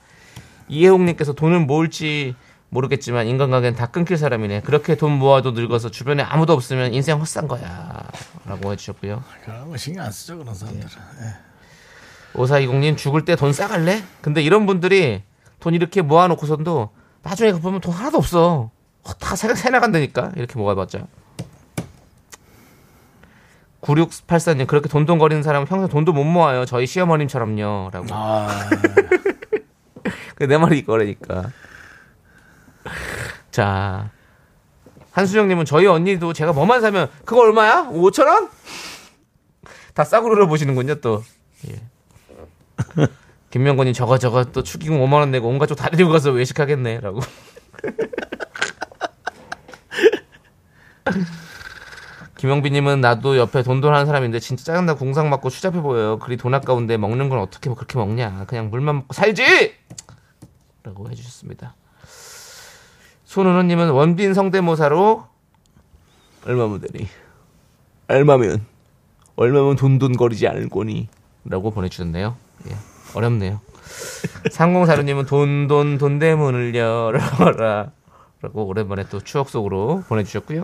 B: 이혜홍님께서 돈을 모을지 모르겠지만 인간관계는 다 끊길 사람이네. 그렇게 돈 모아도 늙어서 주변에 아무도 없으면 인생 헛산 거야라고 해주셨고요.
A: 그런 거뭐 신경 안 쓰죠, 그런 사람들은.
B: 오사이공님 죽을 때 돈 싸갈래? 근데 이런 분들이 돈 이렇게 모아놓고선도 나중에 보면 돈 하나도 없어. 어, 다 새, 새 나간다니까 이렇게 모아봤자. 9684님 그렇게 돈돈거리는 사람은 평생 돈도 못 모아요. 저희 시어머님처럼요. 라고.
A: 아,
B: 그내 말이 이거라니까. 자. 한수정님은 저희 언니도 제가 뭐만 사면 그거 얼마야? 5천원? 다 싸구려로 보시는군요, 또. 예. 김명건님 저거 저거 또 축의금 5만원 내고 온갖 쪽다 데리고 가서 외식하겠네. 라고. 김영빈님은 나도 옆에 돈돈 하는 사람인데 진짜 짜증나 궁상 맞고 추잡해 보여요. 그리 돈 아까운데 먹는 건 어떻게 그렇게 먹냐. 그냥 물만 먹고 살지! 라고 해주셨습니다. 손은호님은 원빈 성대모사로 얼마면 되니? 얼마면 얼마면 돈돈거리지 않을 거니? 라고 보내주셨네요. 예, 어렵네요. 3046님은 돈, 돈, 돈 대문을 열어라. 라고 오랜만에 또 추억 속으로 보내주셨고요.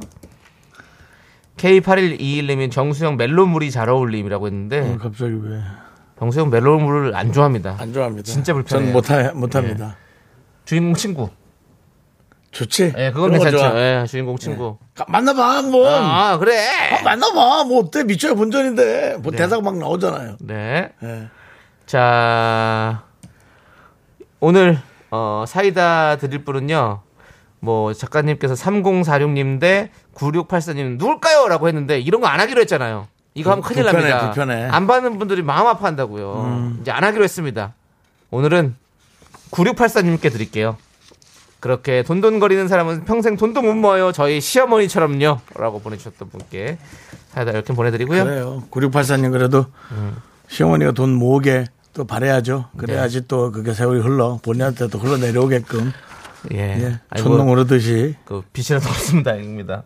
B: K8121님인 정수영 멜로물이 잘 어울림이라고 했는데,
A: 갑자기 왜?
B: 정수영 멜로물을 안 좋아합니다.
A: 예. 음. 안 좋아합니다. 예.
B: 진짜 불편해요.
A: 전 못하, 못합니다.
B: 주인공 친구.
A: 좋지?
B: 예, 그건
A: 그런 거
B: 괜찮죠.
A: 좋아.
B: 예, 주인공 친구.
A: 가- 만나봐, 한번.
B: 아, 그래!
A: 아, 만나봐. 뭐, 어때? 미쳐요, 본전인데. 뭐, 대사가 막 나오잖아요.
B: 네.
A: 예.
B: 자, 오늘, 어, 사이다 드릴 분은요, 뭐, 작가님께서 3046님 대 9684님 누굴까요? 라고 했는데, 이런 거 안 하기로 했잖아요. 이거 하면 큰일
A: 불편해,
B: 납니다.
A: 불편해.
B: 안 받는 분들이 마음 아파한다고요. 이제 안 하기로 했습니다. 오늘은 9684님께 드릴게요. 그렇게 돈돈거리는 사람은 평생 돈도 못 모아요. 저희 시어머니처럼요. 라고 보내주셨던 분께 사이다 이렇게 보내드리고요. 음.
A: 그래요. 9684님 그래도 시어머니가 돈 모으게 또 바래야죠. 그래야지
B: 네.
A: 또 그게 세월이 흘러. 본인한테도 흘러내려오게끔.
B: 예.
A: 예.
B: 아이고,
A: 촌농 오르듯이.
B: 그 빛이라도 없으면 다행입니다.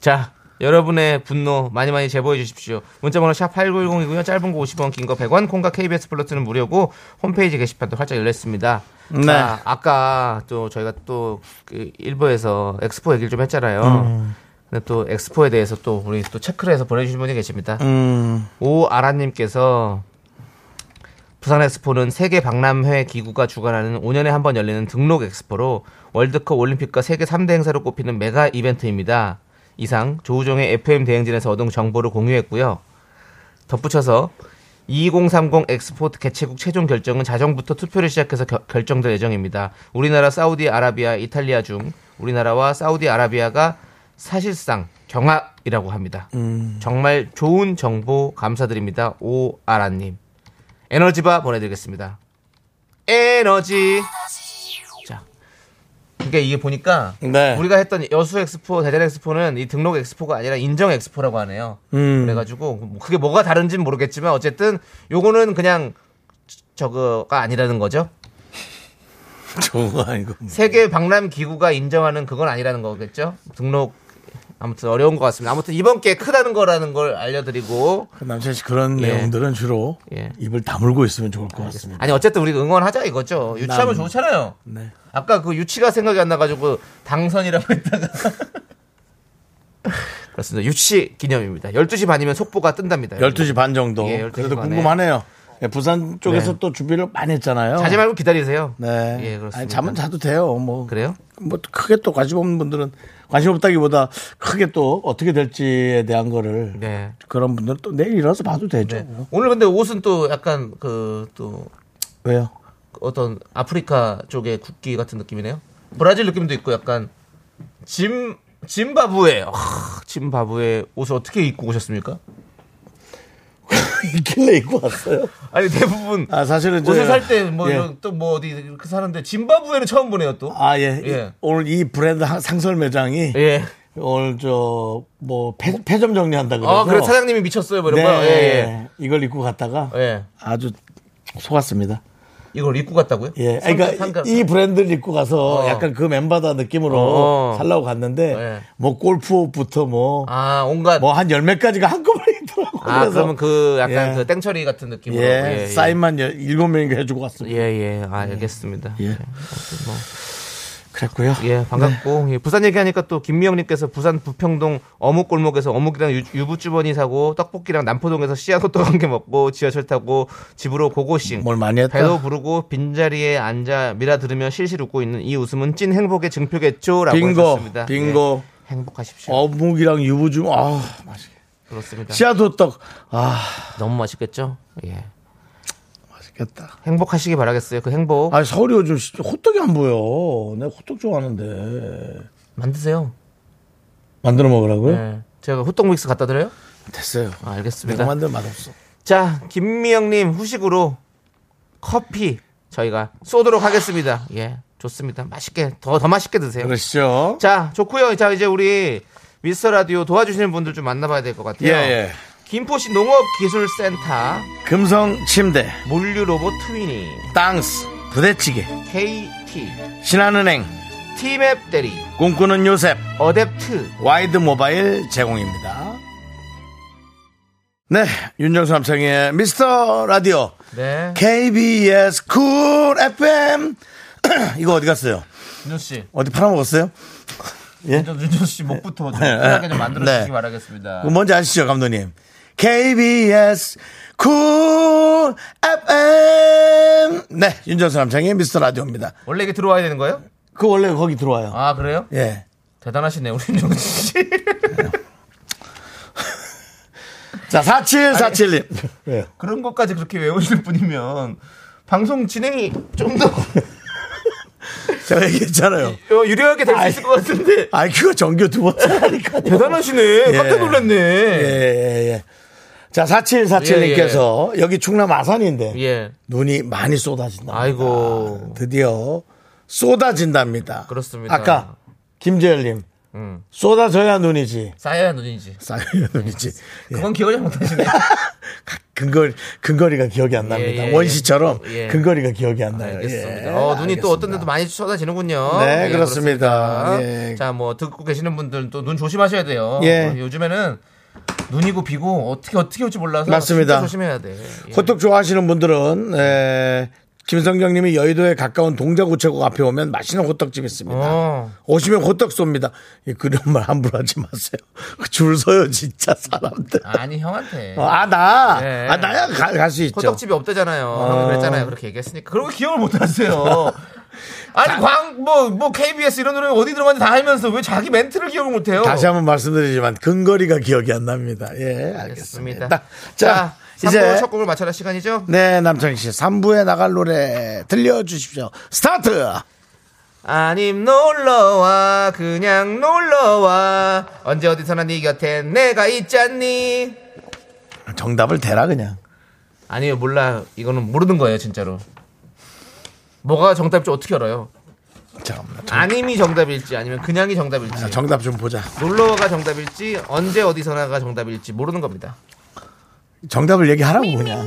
B: 자, 여러분의 분노 많이 많이 제보해 주십시오. 문자번호 샵 8910이고요. 짧은 거 50원, 긴 거 100원, 콩과 KBS 플러스는 무료고 홈페이지 게시판도 활짝 열렸습니다.
A: 네.
B: 자, 아까 또 저희가 또그 일부에서 엑스포 얘기를 좀 했잖아요.
A: 음.
B: 근데 또 엑스포에 대해서 또 우리 또 체크를 해서 보내주신 분이 계십니다.
A: 음,
B: 오아라님께서 부산 엑스포는 세계 박람회 기구가 주관하는 5년에 한 번 열리는 등록 엑스포로 월드컵 올림픽과 세계 3대 행사로 꼽히는 메가 이벤트입니다. 이상 조우종의 FM 대행진에서 얻은 정보를 공유했고요. 덧붙여서 2030 엑스포 개최국 최종 결정은 자정부터 투표를 시작해서 겨- 결정될 예정입니다. 우리나라, 사우디아라비아, 이탈리아 중 우리나라와 사우디아라비아가 사실상 경합이라고 합니다. 정말 좋은 정보 감사드립니다. 오아라님. 에너지바 보내드리겠습니다. 에너지. 자. 그러니까 이게 보니까
A: 네.
B: 우리가 했던 여수 엑스포, 대전 엑스포는 이 등록 엑스포가 아니라 인정 엑스포라고 하네요. 그래가지고 뭐 그게 뭐가 다른지는 모르겠지만 어쨌든 요거는 그냥 저거가 아니라는 거죠.
A: 좋은 거 아니고.
B: 세계 박람 기구가 인정하는 그건 아니라는 거겠죠. 등록 아무튼 어려운 것 같습니다. 아무튼 이번 게 크다는 거라는 걸 알려드리고
A: 그 남자 씨 그런
B: 예.
A: 내용들은 주로
B: 예.
A: 입을 다물고 있으면 좋을 것 같습니다.
B: 아니 어쨌든 우리 응원하자 이거죠.
A: 남.
B: 유치하면 좋잖아요.
A: 네.
B: 아까 그 유치가 생각이 안 나가지고 당선이라고 했다가 그렇습니다. 유치 기념입니다. 12시 반이면 속보가 뜬답니다.
A: 12시 반 정도.
B: 예, 12시
A: 그래도
B: 반에.
A: 궁금하네요. 예, 부산 쪽에서
B: 네.
A: 또 준비를 많이 했잖아요.
B: 자지 말고 기다리세요.
A: 네.
B: 예, 그렇습니다.
A: 아니, 잠은 자도 돼요. 뭐.
B: 그래요?
A: 뭐 크게 또 관심 없는 분들은 관심 없다기보다 크게 또 어떻게 될지에 대한 거를
B: 네.
A: 그런 분들은 또 내일 일어나서 봐도 되죠.
B: 네. 오늘 근데 옷은 또 약간 그 또
A: 왜요?
B: 어떤 아프리카 쪽의 국기 같은 느낌이네요. 브라질 느낌도 있고 약간 짐 짐바브웨. 아, 짐바브웨 옷을 어떻게 입고 오셨습니까?
A: 있길래 입고 왔어요.
B: 아니 대부분
A: 아, 사실은 저요.
B: 옷을 살 때 뭐
A: 예.
B: 또 뭐 어디 이렇게 사는데 짐바브웨는 처음 보네요 또.
A: 아, 예. 이-
B: 예.
A: 오늘 이 브랜드 하- 상설 매장이
B: 예.
A: 오늘 저, 뭐, 폐, 폐점 정리한다 그래서
B: 아, 그래 사장님이 미쳤어요 뭐 이런
A: 그렇죠. 네.
B: 거. 예,
A: 이걸 입고 갔다가
B: 예. 예.
A: 아주 속았습니다.
B: 이걸 입고 갔다고요?
A: 예.
B: 삼각-
A: 그러니까
B: 삼각-
A: 이 브랜드를 입고 가서
B: 어.
A: 약간 그 멤버다 느낌으로
B: 어.
A: 살라고 갔는데
B: 예.
A: 뭐 골프옷부터 뭐
B: 아, 온갖
A: 뭐 한 열몇 가지가 한꺼번에 있더라고요.
B: 아, 그러면 그 약간
A: 예.
B: 그 땡처리 같은 느낌으로
A: 예, 사인만 열- 일곱 명인가 해주고 왔습니다.
B: 예, 예. 아, 알겠습니다.
A: 예.
B: 예. 아무튼 뭐
A: 그랬고요.
B: 예, 반갑고
A: 네.
B: 예, 부산 얘기하니까 또 김미영님께서 부산 부평동 어묵 골목에서 어묵이랑 유, 부주머니 사고 떡볶이랑 남포동에서 씨앗호떡 한 개 먹고 지하철 타고 집으로 고고싱
A: 뭘 많이 했다.
B: 배도 부르고 빈자리에 앉아 미라 들으며 실실 웃고 있는 이 웃음은 찐 행복의 증표겠죠라고
A: 빙고,
B: 했습니다.
A: 빙고.
B: 예, 행복하십시오.
A: 어묵이랑 유부주, 아, 맛있.
B: 그렇습니다.
A: 씨앗호떡, 아,
B: 너무 맛있겠죠? 예.
A: 맛있겠다.
B: 행복하시기 바라겠어요. 그 행복
A: 아, 서울이 요즘 시- 호떡이 안 보여. 내가 호떡 좋아하는데
B: 만드세요.
A: 만들어 먹으라고요?
B: 예. 제가 호떡 믹스 갖다 드려요?
A: 네, 됐어요.
B: 아,
A: 내가
B: 알겠습니다.
A: 만들 맛없어.
B: 자, 김미영님 후식으로 커피 저희가 쏘도록 하겠습니다. 예, 좋습니다. 맛있게 더 더 맛있게 드세요.
A: 네, 그러시죠.
B: 자, 좋고요. 자, 이제 우리 미스터 라디오 도와주시는 분들 좀 만나봐야 될 것 같아요.
A: 예, 예.
B: 김포시 농업기술센터
A: 금성 침대,
B: 물류로봇 트위니
A: 땅스, 부대찌개,
B: KT
A: 신한은행,
B: 티맵 대리
A: 꿈꾸는 요셉,
B: 어댑트
A: 와이드 모바일 제공입니다. 네, 윤정수 남창의 미스터 라디오
B: 네.
A: KBS 쿨 FM 이거 어디 갔어요?
B: 윤조 씨.
A: 어디 팔아먹었어요?
B: 윤조 씨 목부터 좀 편하게 좀 만들어 주시기
A: 네.
B: 바라겠습니다.
A: 그거 뭔지 아시죠, 감독님? KBS 쿨 FM 네, 윤정수 남창의 미스터 라디오입니다.
B: 원래 이게 들어와야 되는 거예요?
A: 그 원래 거기 들어와요.
B: 아, 그래요?
A: 예.
B: 대단하시네, 우리 윤조 씨.
A: 자, 4747님. 왜요?
B: 그런 것까지 그렇게 외우실 분이면 방송 진행이 좀 더
A: 제가 얘기했잖아요.
B: 어, 유리하게 될 수 있을 것 같은데.
A: IQ가 정규 두 번째 하니까요.
B: 대단하시네. 깜짝 놀랐네.
A: 예, 예, 예. 자, 4747님께서 여기 충남 아산인데
B: 예.
A: 눈이 많이 쏟아진다.
B: 아이고.
A: 드디어 쏟아진답니다.
B: 그렇습니다.
A: 아까 김재열님
B: 음.
A: 쏟아져야 눈이지.
B: 쌓여야 눈이지.
A: 쌓여야 눈이지. 예.
B: 그건 기억을 못하시네.
A: 근거리, 근거리가 기억이 안 납니다.
B: 예, 예,
A: 원시처럼
B: 예.
A: 근거리가 기억이 안 나요.
B: 알겠습니다.
A: 예,
B: 어, 눈이
A: 알겠습니다.
B: 또 어떤 데도 많이 쏟아지는군요. 예,
A: 네, 그렇습니다.
B: 그렇습니다.
A: 예.
B: 자, 뭐 듣고 계시는 분들 또 눈 조심하셔야 돼요.
A: 예.
B: 요즘에는 눈이고 비고 어떻게 어떻게 올지 몰라서
A: 맞습니다.
B: 진짜 조심해야 돼. 예.
A: 호떡 좋아하시는 분들은 에, 김성경님이 여의도에 가까운 동자구체국 앞에 오면 맛있는 호떡집 있습니다.
B: 어.
A: 오시면 호떡 쏩니다. 이 그런 말 함부로 하지 마세요. 그줄 서요 진짜 사람들.
B: 아니 형한테
A: 어, 아 나,
B: 네.
A: 아 나야 갈 수 있죠.
B: 호떡집이 없대잖아요. 형이 그랬잖아요. 그렇게 얘기했으니까 그런 거 기억을 못 하세요. 아니 광뭐뭐 KBS 이런 노래 어디 들어갔는지 다 알면서 왜 자기 멘트를 기억을 못 해요?
A: 다시 한번 말씀드리지만 근거리가 기억이 안 납니다. 예, 알겠습니다.
B: 알겠습니다.
A: 자,
B: 자,
A: 이제
B: 이제 첫 곡을 맞춰라 시간이죠.
A: 네 남창희 씨 3부에 나갈 노래 들려주십시오. 스타트.
B: 아님 놀러와 그냥 놀러와 언제 어디서나 네 곁에 내가 있잖니
A: 정답을 대라 그냥.
B: 아니요 몰라 이거는 모르는 거예요 진짜로 뭐가 정답일지 어떻게 알아요
A: 잠깐만.
B: 아님이 정답일지 아니면 그냥이 정답일지
A: 자, 정답 좀 보자.
B: 놀러와가 정답일지 언제 어디서나가 정답일지 모르는 겁니다
A: 정답을 얘기하라고 그냥.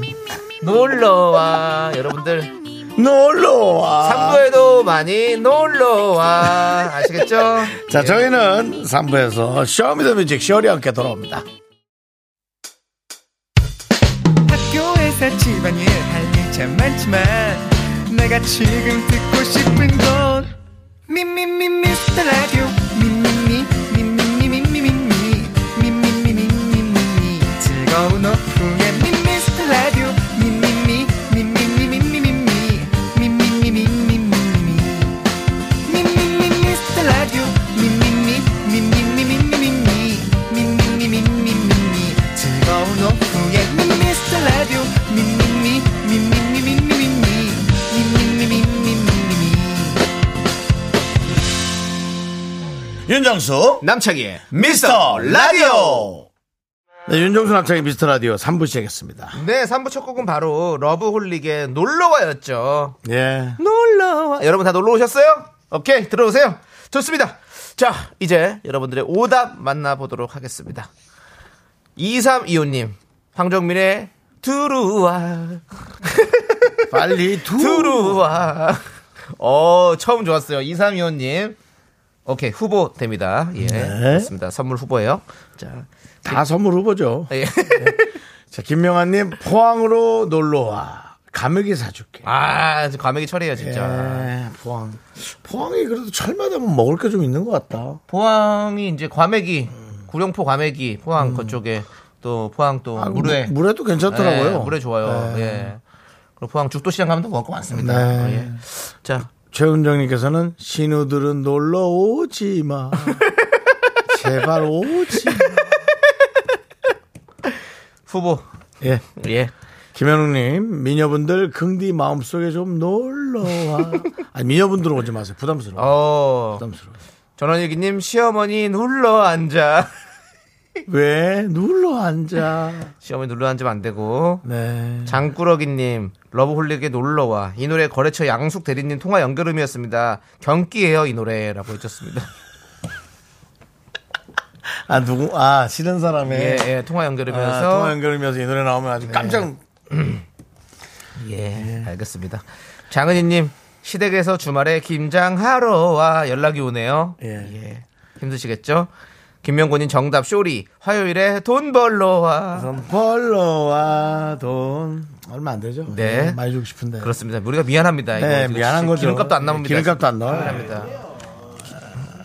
B: 놀러와 여러분들
A: 놀러와.
B: 3부에도 많이 놀러와 아시겠죠
A: 자, 저희는 3부에서 쇼미더뮤직 쇼리 함께 돌아옵니다.
E: 학교에서 집안일 할 일 참 많지만 내가 지금 듣고 싶은 건 미미미 미스터 라디오 미미미 미미미 미미미 미미미 미미미 즐거운 오후에 미스터 라디오 미미미 미미미 미미미 미미미 미미미
A: 윤정수,
B: 남창희의
A: 미스터 라디오. 네, 윤정수 남창의 미스터 라디오 3부 시작했습니다.
B: 네 3부 첫 곡은 바로 러브홀릭의 놀러와였죠
A: 예.
B: 놀러와. 여러분 다 놀러 오셨어요? 오케이, 들어오세요. 좋습니다. 자, 이제 여러분들의 오답 만나보도록 하겠습니다. 2325님, 황정민의 두루와,
A: 빨리 두.
B: 두루와. 어, 처음 좋았어요. 2325님. 오케이, 후보 됩니다. 예. 그렇습니다. 선물 후보예요. 자,
A: 다 선물 후보죠.
B: 예.
A: 자, 김명환님, 포항으로 놀러와. 감액이 사줄게.
B: 아, 이제 과메기 처리해요, 진짜.
A: 예, 포항. 포항이 그래도 철마다 뭐 먹을 게 좀 있는 것 같다.
B: 포항이 이제 과메기, 구룡포 과메기, 포항 그쪽에 또 포항 또
A: 음. 아,
B: 물회.
A: 물에도 괜찮더라고요.
B: 네, 물에 좋아요. 예. 그리고 포항 죽도시장 가면 또 먹을 거 많습니다.
A: 네.
B: 어, 예. 자,
A: 최은정님께서는 신우들은 놀러 오지 마. 제발 오지. 마.
B: 후보.
A: 예.
B: 예.
A: 김현웅님, 미녀분들 긍디 마음속에 좀 놀러 와. 아니, 미녀분들은 오지 마세요. 부담스러워.
B: 어,
A: 부담스러워.
B: 전원일기님, 시어머니 눌러 앉아.
A: 왜 눌러 앉아?
B: 시어머니 눌러 앉으면 안 되고.
A: 네.
B: 장꾸러기님, 러브홀릭의 놀러와. 이 노래 거래처 양숙 대리님 통화 연결음이었습니다. 경기예요, 이 노래라고 해줬습니다.
A: 아 누구? 아 싫은 사람의
B: 예, 예, 통화
A: 아,
B: 연결음이어서.
A: 통화 연결이면서 이 노래 나오면 아주 깜짝.
B: 예, 알겠습니다. 장은희님 시댁에서 주말에 김장하러 와 연락이 오네요.
A: 예.
B: 예. 힘드시겠죠? 김명곤님 정답 쇼리 화요일에 돈 벌러 와.
A: 그럼 벌러와 돈 얼마 안 되죠?
B: 네.
A: 예, 많이 주고 싶은데.
B: 그렇습니다. 우리가 미안합니다. 아, 이거
A: 네,
B: 지금
A: 미안한 거죠. 네,
B: 기름값도 안 남습니다. 아,
A: 기름값도 안 나와요.
B: 미안합니다.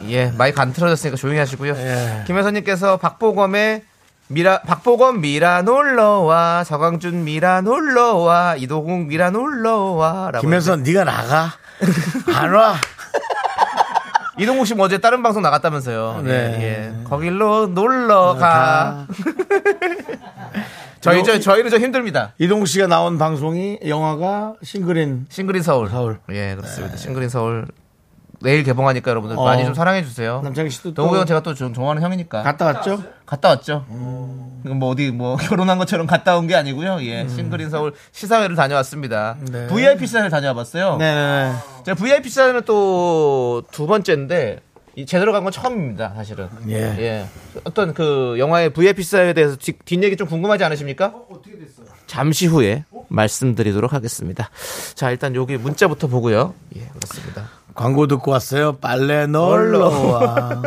B: 예, 마이크 안 틀어졌으니까 조용히 하시고요.
A: 예.
B: 김혜선님께서 박보검의 미라, 박보검 미라 놀러와, 서광준 미라 놀러와, 이도국 미라 놀러와. 라고.
A: 김혜선 네가 나가. 안 와.
B: 이동국 씨뭐 어제 다른 방송 나갔다면서요.
A: 네. 어,
B: 예, 예. 거길로 놀러가. 저희, 저, 저희는 좀 힘듭니다.
A: 이동욱 씨가 나온 방송이 영화가 싱글인
B: 싱글인 서울.
A: 서울. 네.
B: 예, 그렇습니다. 싱글인 서울. 내일 개봉하니까 여러분들
A: 어.
B: 많이 좀 사랑해주세요.
A: 남창희 씨도 또
B: 동욱이 형 제가 또 좀 좋아하는 형이니까.
A: 갔다 왔죠?
B: 갔다 왔죠. 이건 뭐 어디 뭐 결혼한 것처럼 갔다 온 게 아니고요. 예, 싱글인 서울 시사회를 다녀왔습니다.
A: 음. 네.
B: VIP 시사회를 다녀와봤어요.
A: 네네네.
B: 제가 VIP 시사회는 또 두 번째인데 이 제대로 간 건 처음입니다, 사실은.
A: 예.
B: 어떤 그 영화의 VIP 시사회에 대해서 뒷, 뒷얘기 좀 궁금하지 않으십니까? 어, 떻게 됐어요? 잠시 후에 말씀드리도록 하겠습니다. 자, 일단 여기 문자부터 보고요. 예, 그렇습니다.
A: 광고 듣고 왔어요. 빨래 놀러와.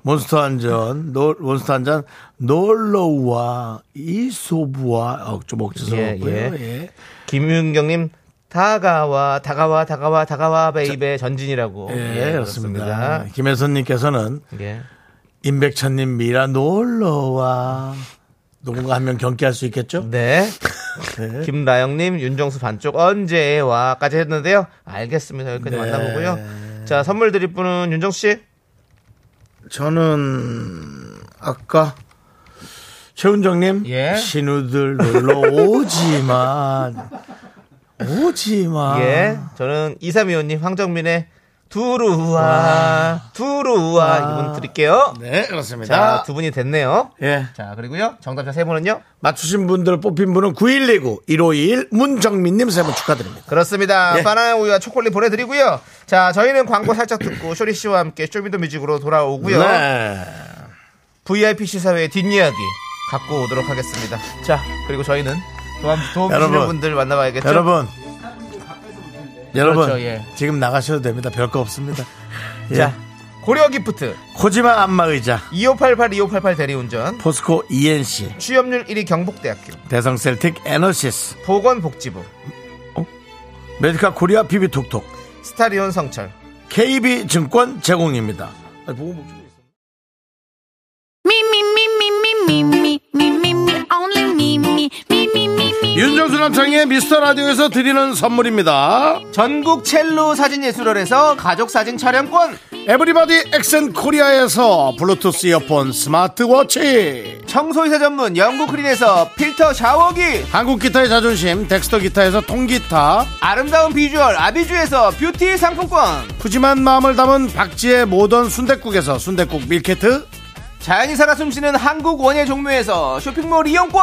A: 몬스터 한잔, 놀- 몬스터 한잔, 놀러와, 이소부와, 어, 좀 억지스럽고요.
B: 예, 예.
A: 예.
B: 김윤경님 다가와 다가와 다가와 다가와 베이베 전진이라고
A: 예, 그렇습니다. 김혜선님께서는
B: 예.
A: 임백천님 미라 놀러와. 누군가 한 명 경기할 수 있겠죠?
B: 네.
A: 네.
B: 김나영님 윤정수 반쪽 언제 와까지 했는데요. 알겠습니다. 여기까지
A: 네.
B: 만나보고요. 자 선물 드릴 분은 윤정수 씨.
A: 저는 아까 최은정님
B: 예.
A: 신우들 놀러 오지만 오지만
B: 예. 저는 이삼이호님 황정민의 두루와 두루와 이분 드릴게요.
A: 아. 네 그렇습니다.
B: 자두 분이 됐네요.
A: 예
B: 자 그리고요 정답자 세 분은요.
A: 맞추신 분들 뽑힌 분은 9119 1521 문정민님 세 분 축하드립니다.
B: 그렇습니다.
A: 예.
B: 바나나 우유와 초콜릿 보내드리고요. 자, 저희는 광고 살짝 듣고 쇼리 씨와 함께 쇼미더 뮤직으로 돌아오고요.
A: 네
B: VIP 시사회 뒷이야기 갖고 오도록 하겠습니다. 자, 그리고 저희는 도움, 도움 주시는
A: 여러분,
B: 분들 만나봐야겠죠.
A: 여러분 여러분
B: 그렇죠, 예.
A: 지금 나가셔도 됩니다. 별거 없습니다. 예.
B: 자, 고려 기프트,
A: 코지마 안마의자
B: 2588, 2588 대리운전,
A: 포스코 ENC
B: 취업률 1위 경북대학교,
A: 대성셀틱 에너시스
B: 보건복지부,
A: 메디카 코리아 비비톡톡
B: 스타리온 성철,
A: KB증권 제공입니다.
C: Me, me, me, me, me, me, me, me, me, me, only me, me, me, me, me, me.
A: 윤정수 남창의 미스터 라디오에서 드리는 선물입니다.
B: 전국 첼로 사진예술원에서 가족사진 촬영권,
A: 에브리바디 엑센 코리아에서 블루투스 이어폰 스마트워치.
B: 청소이사 전문 영국크린에서 필터 샤워기,
A: 한국 기타의 자존심 덱스터 기타에서 통기타.
B: 아름다운 비주얼 아비주에서 뷰티 상품권
A: 푸짐한 마음을 담은 박지의 모던 순댓국에서 순댓국 밀키트.
B: 자연이 살아 숨쉬는 한국 원예 종묘에서 쇼핑몰 이용권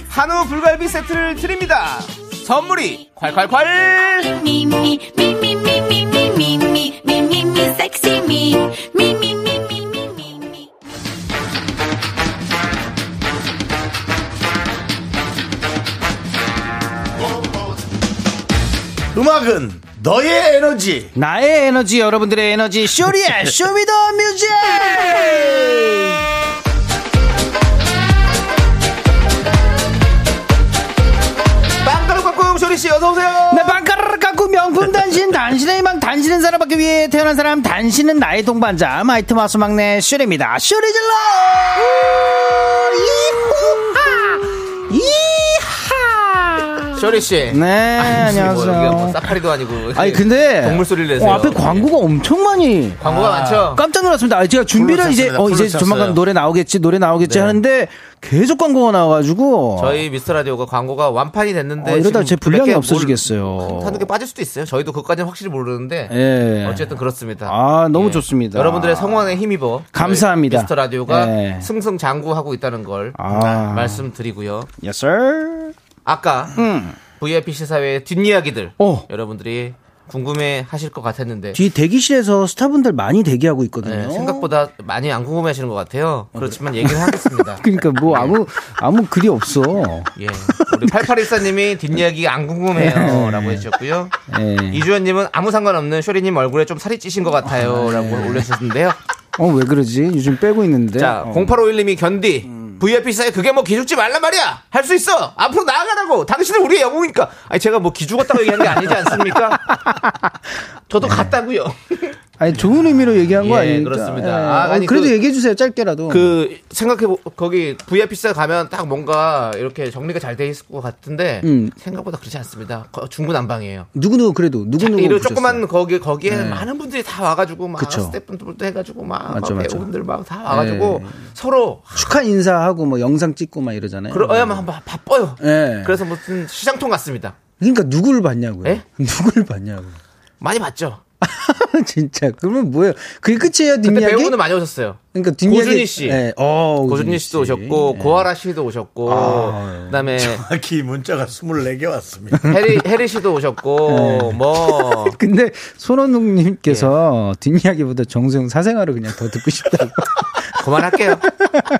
B: 한우 불갈비 세트를 드립니다 선물이 콸콸콸
C: Me, me, me, me, me, me, me, me, me, me, me, me, sexy me. Me, me, me, me, me, me, me.
A: 음악은 너의 에너지.
B: 나의 에너지 여러분들의 에너지 쇼리의 쇼미더 뮤직 빵가루 꽉꿍 쇼리씨 어서오세요
F: 내 반가를 갖고 네, 명품 단신 단신의 희망 단신은 살아받기 위해 태어난 사람 단신은 나의 동반자 마이트 마스 막내 슈리입니다 슈리질러 이하 이하
B: 쇼리 씨.
F: 네, 안녕하세요.
B: 여기가 뭐 사파리도 아니고.
F: 아니 그
B: 이렇게
F: 근데
B: 동물 소리를 내세요.
F: 어, 앞에 광고가 엄청 많이
B: 예. 광고가 많죠.
F: 깜짝 놀랐습니다. 아, 제가 준비를 이제
A: 찼습니다.
F: 어 이제
A: 풀로 찼어요.
F: 조만간 노래 나오겠지 노래
B: 네.
F: 나오겠지 하는데 계속 광고가 나와가지고
B: 저희 미스터 라디오가 광고가 완판이 됐는데
F: 어, 이러다
B: 지금
F: 제 분량이
B: 블랙에 뭘
F: 없어지겠어요.
B: 한두개 빠질 수도 있어요. 저희도 그것까지는 확실히 모르는데
F: 예.
B: 어쨌든 그렇습니다. 예.
F: 아, 너무 좋습니다.
B: 여러분들의 성원에 힘입어
F: 감사합니다.
B: 저희 미스터 라디오가
F: 예.
B: 승승장구하고 있다는 걸
F: 아.
B: 네. 말씀드리고요.
F: yes sir.
B: 아까 VIP 시사회 뒷이야기들
F: 음. 어.
B: 여러분들이 궁금해 하실 것 같았는데
F: 뒤 대기실에서 스타분들 많이 대기하고 있거든요. 어.
B: 네, 생각보다 많이 안 궁금해 하시는 것 같아요. 그렇지만 얘기를 하겠습니다.
F: 그러니까 뭐 아무 아무 글이 없어.
B: 예. 우리 8814님이 뒷이야기 안 궁금해요. 라고
F: 네.
B: 해주셨고요.
F: 예.
B: 이주연님은 아무 상관없는 쇼리님 얼굴에 좀 살이 찌신 것 같아요. 라고
F: 네.
B: 올려주셨는데요.
F: 어 왜 그러지? 요즘 빼고 있는데.
B: 자,
F: 어. 음.
B: 0851님이 견디. VIP 사에 그게 뭐 기죽지 말란 말이야. 할 수 있어. 앞으로 나아가라고. 당신은 우리의 영웅이니까. 아니 제가 뭐 기죽었다고 얘기한 게 아니지 않습니까? 저도
F: 네.
B: 갔다고요.
F: 음. 아니 좋은 의미로 얘기한 거
B: 예,
F: 아니니까.
B: 그렇습니다.
F: 예.
B: 아,
F: 어,
B: 아니,
F: 그래도
B: 그-
F: 얘기해 주세요. 짧게라도.
B: 그 생각해 보 거기 VIP 사 가면 딱 뭔가 이렇게 정리가 잘 돼 있을 것 같은데
F: 음.
B: 생각보다 그렇지 않습니다. 거- 중구난방이에요.
F: 누구누구 어, 그래도 누구누구
B: 이런
F: 보셨어요? 네.
B: 조그만 거기 거기에 많은 분들이 다 와가지고 막
F: 그쵸.
B: 스태프분들도 해가지고 막,
F: 맞죠,
B: 막
F: 맞죠. 네.
B: 배우분들 막 다 와가지고 서로
F: 축하 인사하고 뭐 영상 찍고 막 이러잖아요.
B: 그러야만 한번 바빠요.
F: 예.
B: 그래서 무슨 시장통 같습니다.
F: 그러니까 누구를 봤냐고요?
B: 예?
F: 누구를 봤냐고.
B: 많이 봤죠.
F: 진짜 그러면 뭐예요? 그게 끝이에요
B: 그때
F: 뒷이야기?
B: 배우분들 많이 오셨어요.
F: 그러니까 뒷이야기
B: 고준희 씨.
F: 예. 어, 네.
B: 고준희 씨도 오셨고
F: 예.
B: 고아라 씨도 오셨고 그다음에
A: 기 문자가 24개 왔습니다.
B: 해리 해리 씨도 오셨고 뭐
F: 근데
B: 예.
F: 손원웅님께서 뒷이야기보다 정수영 사생활을 그냥 더 듣고 싶다고.
B: 그만할게요.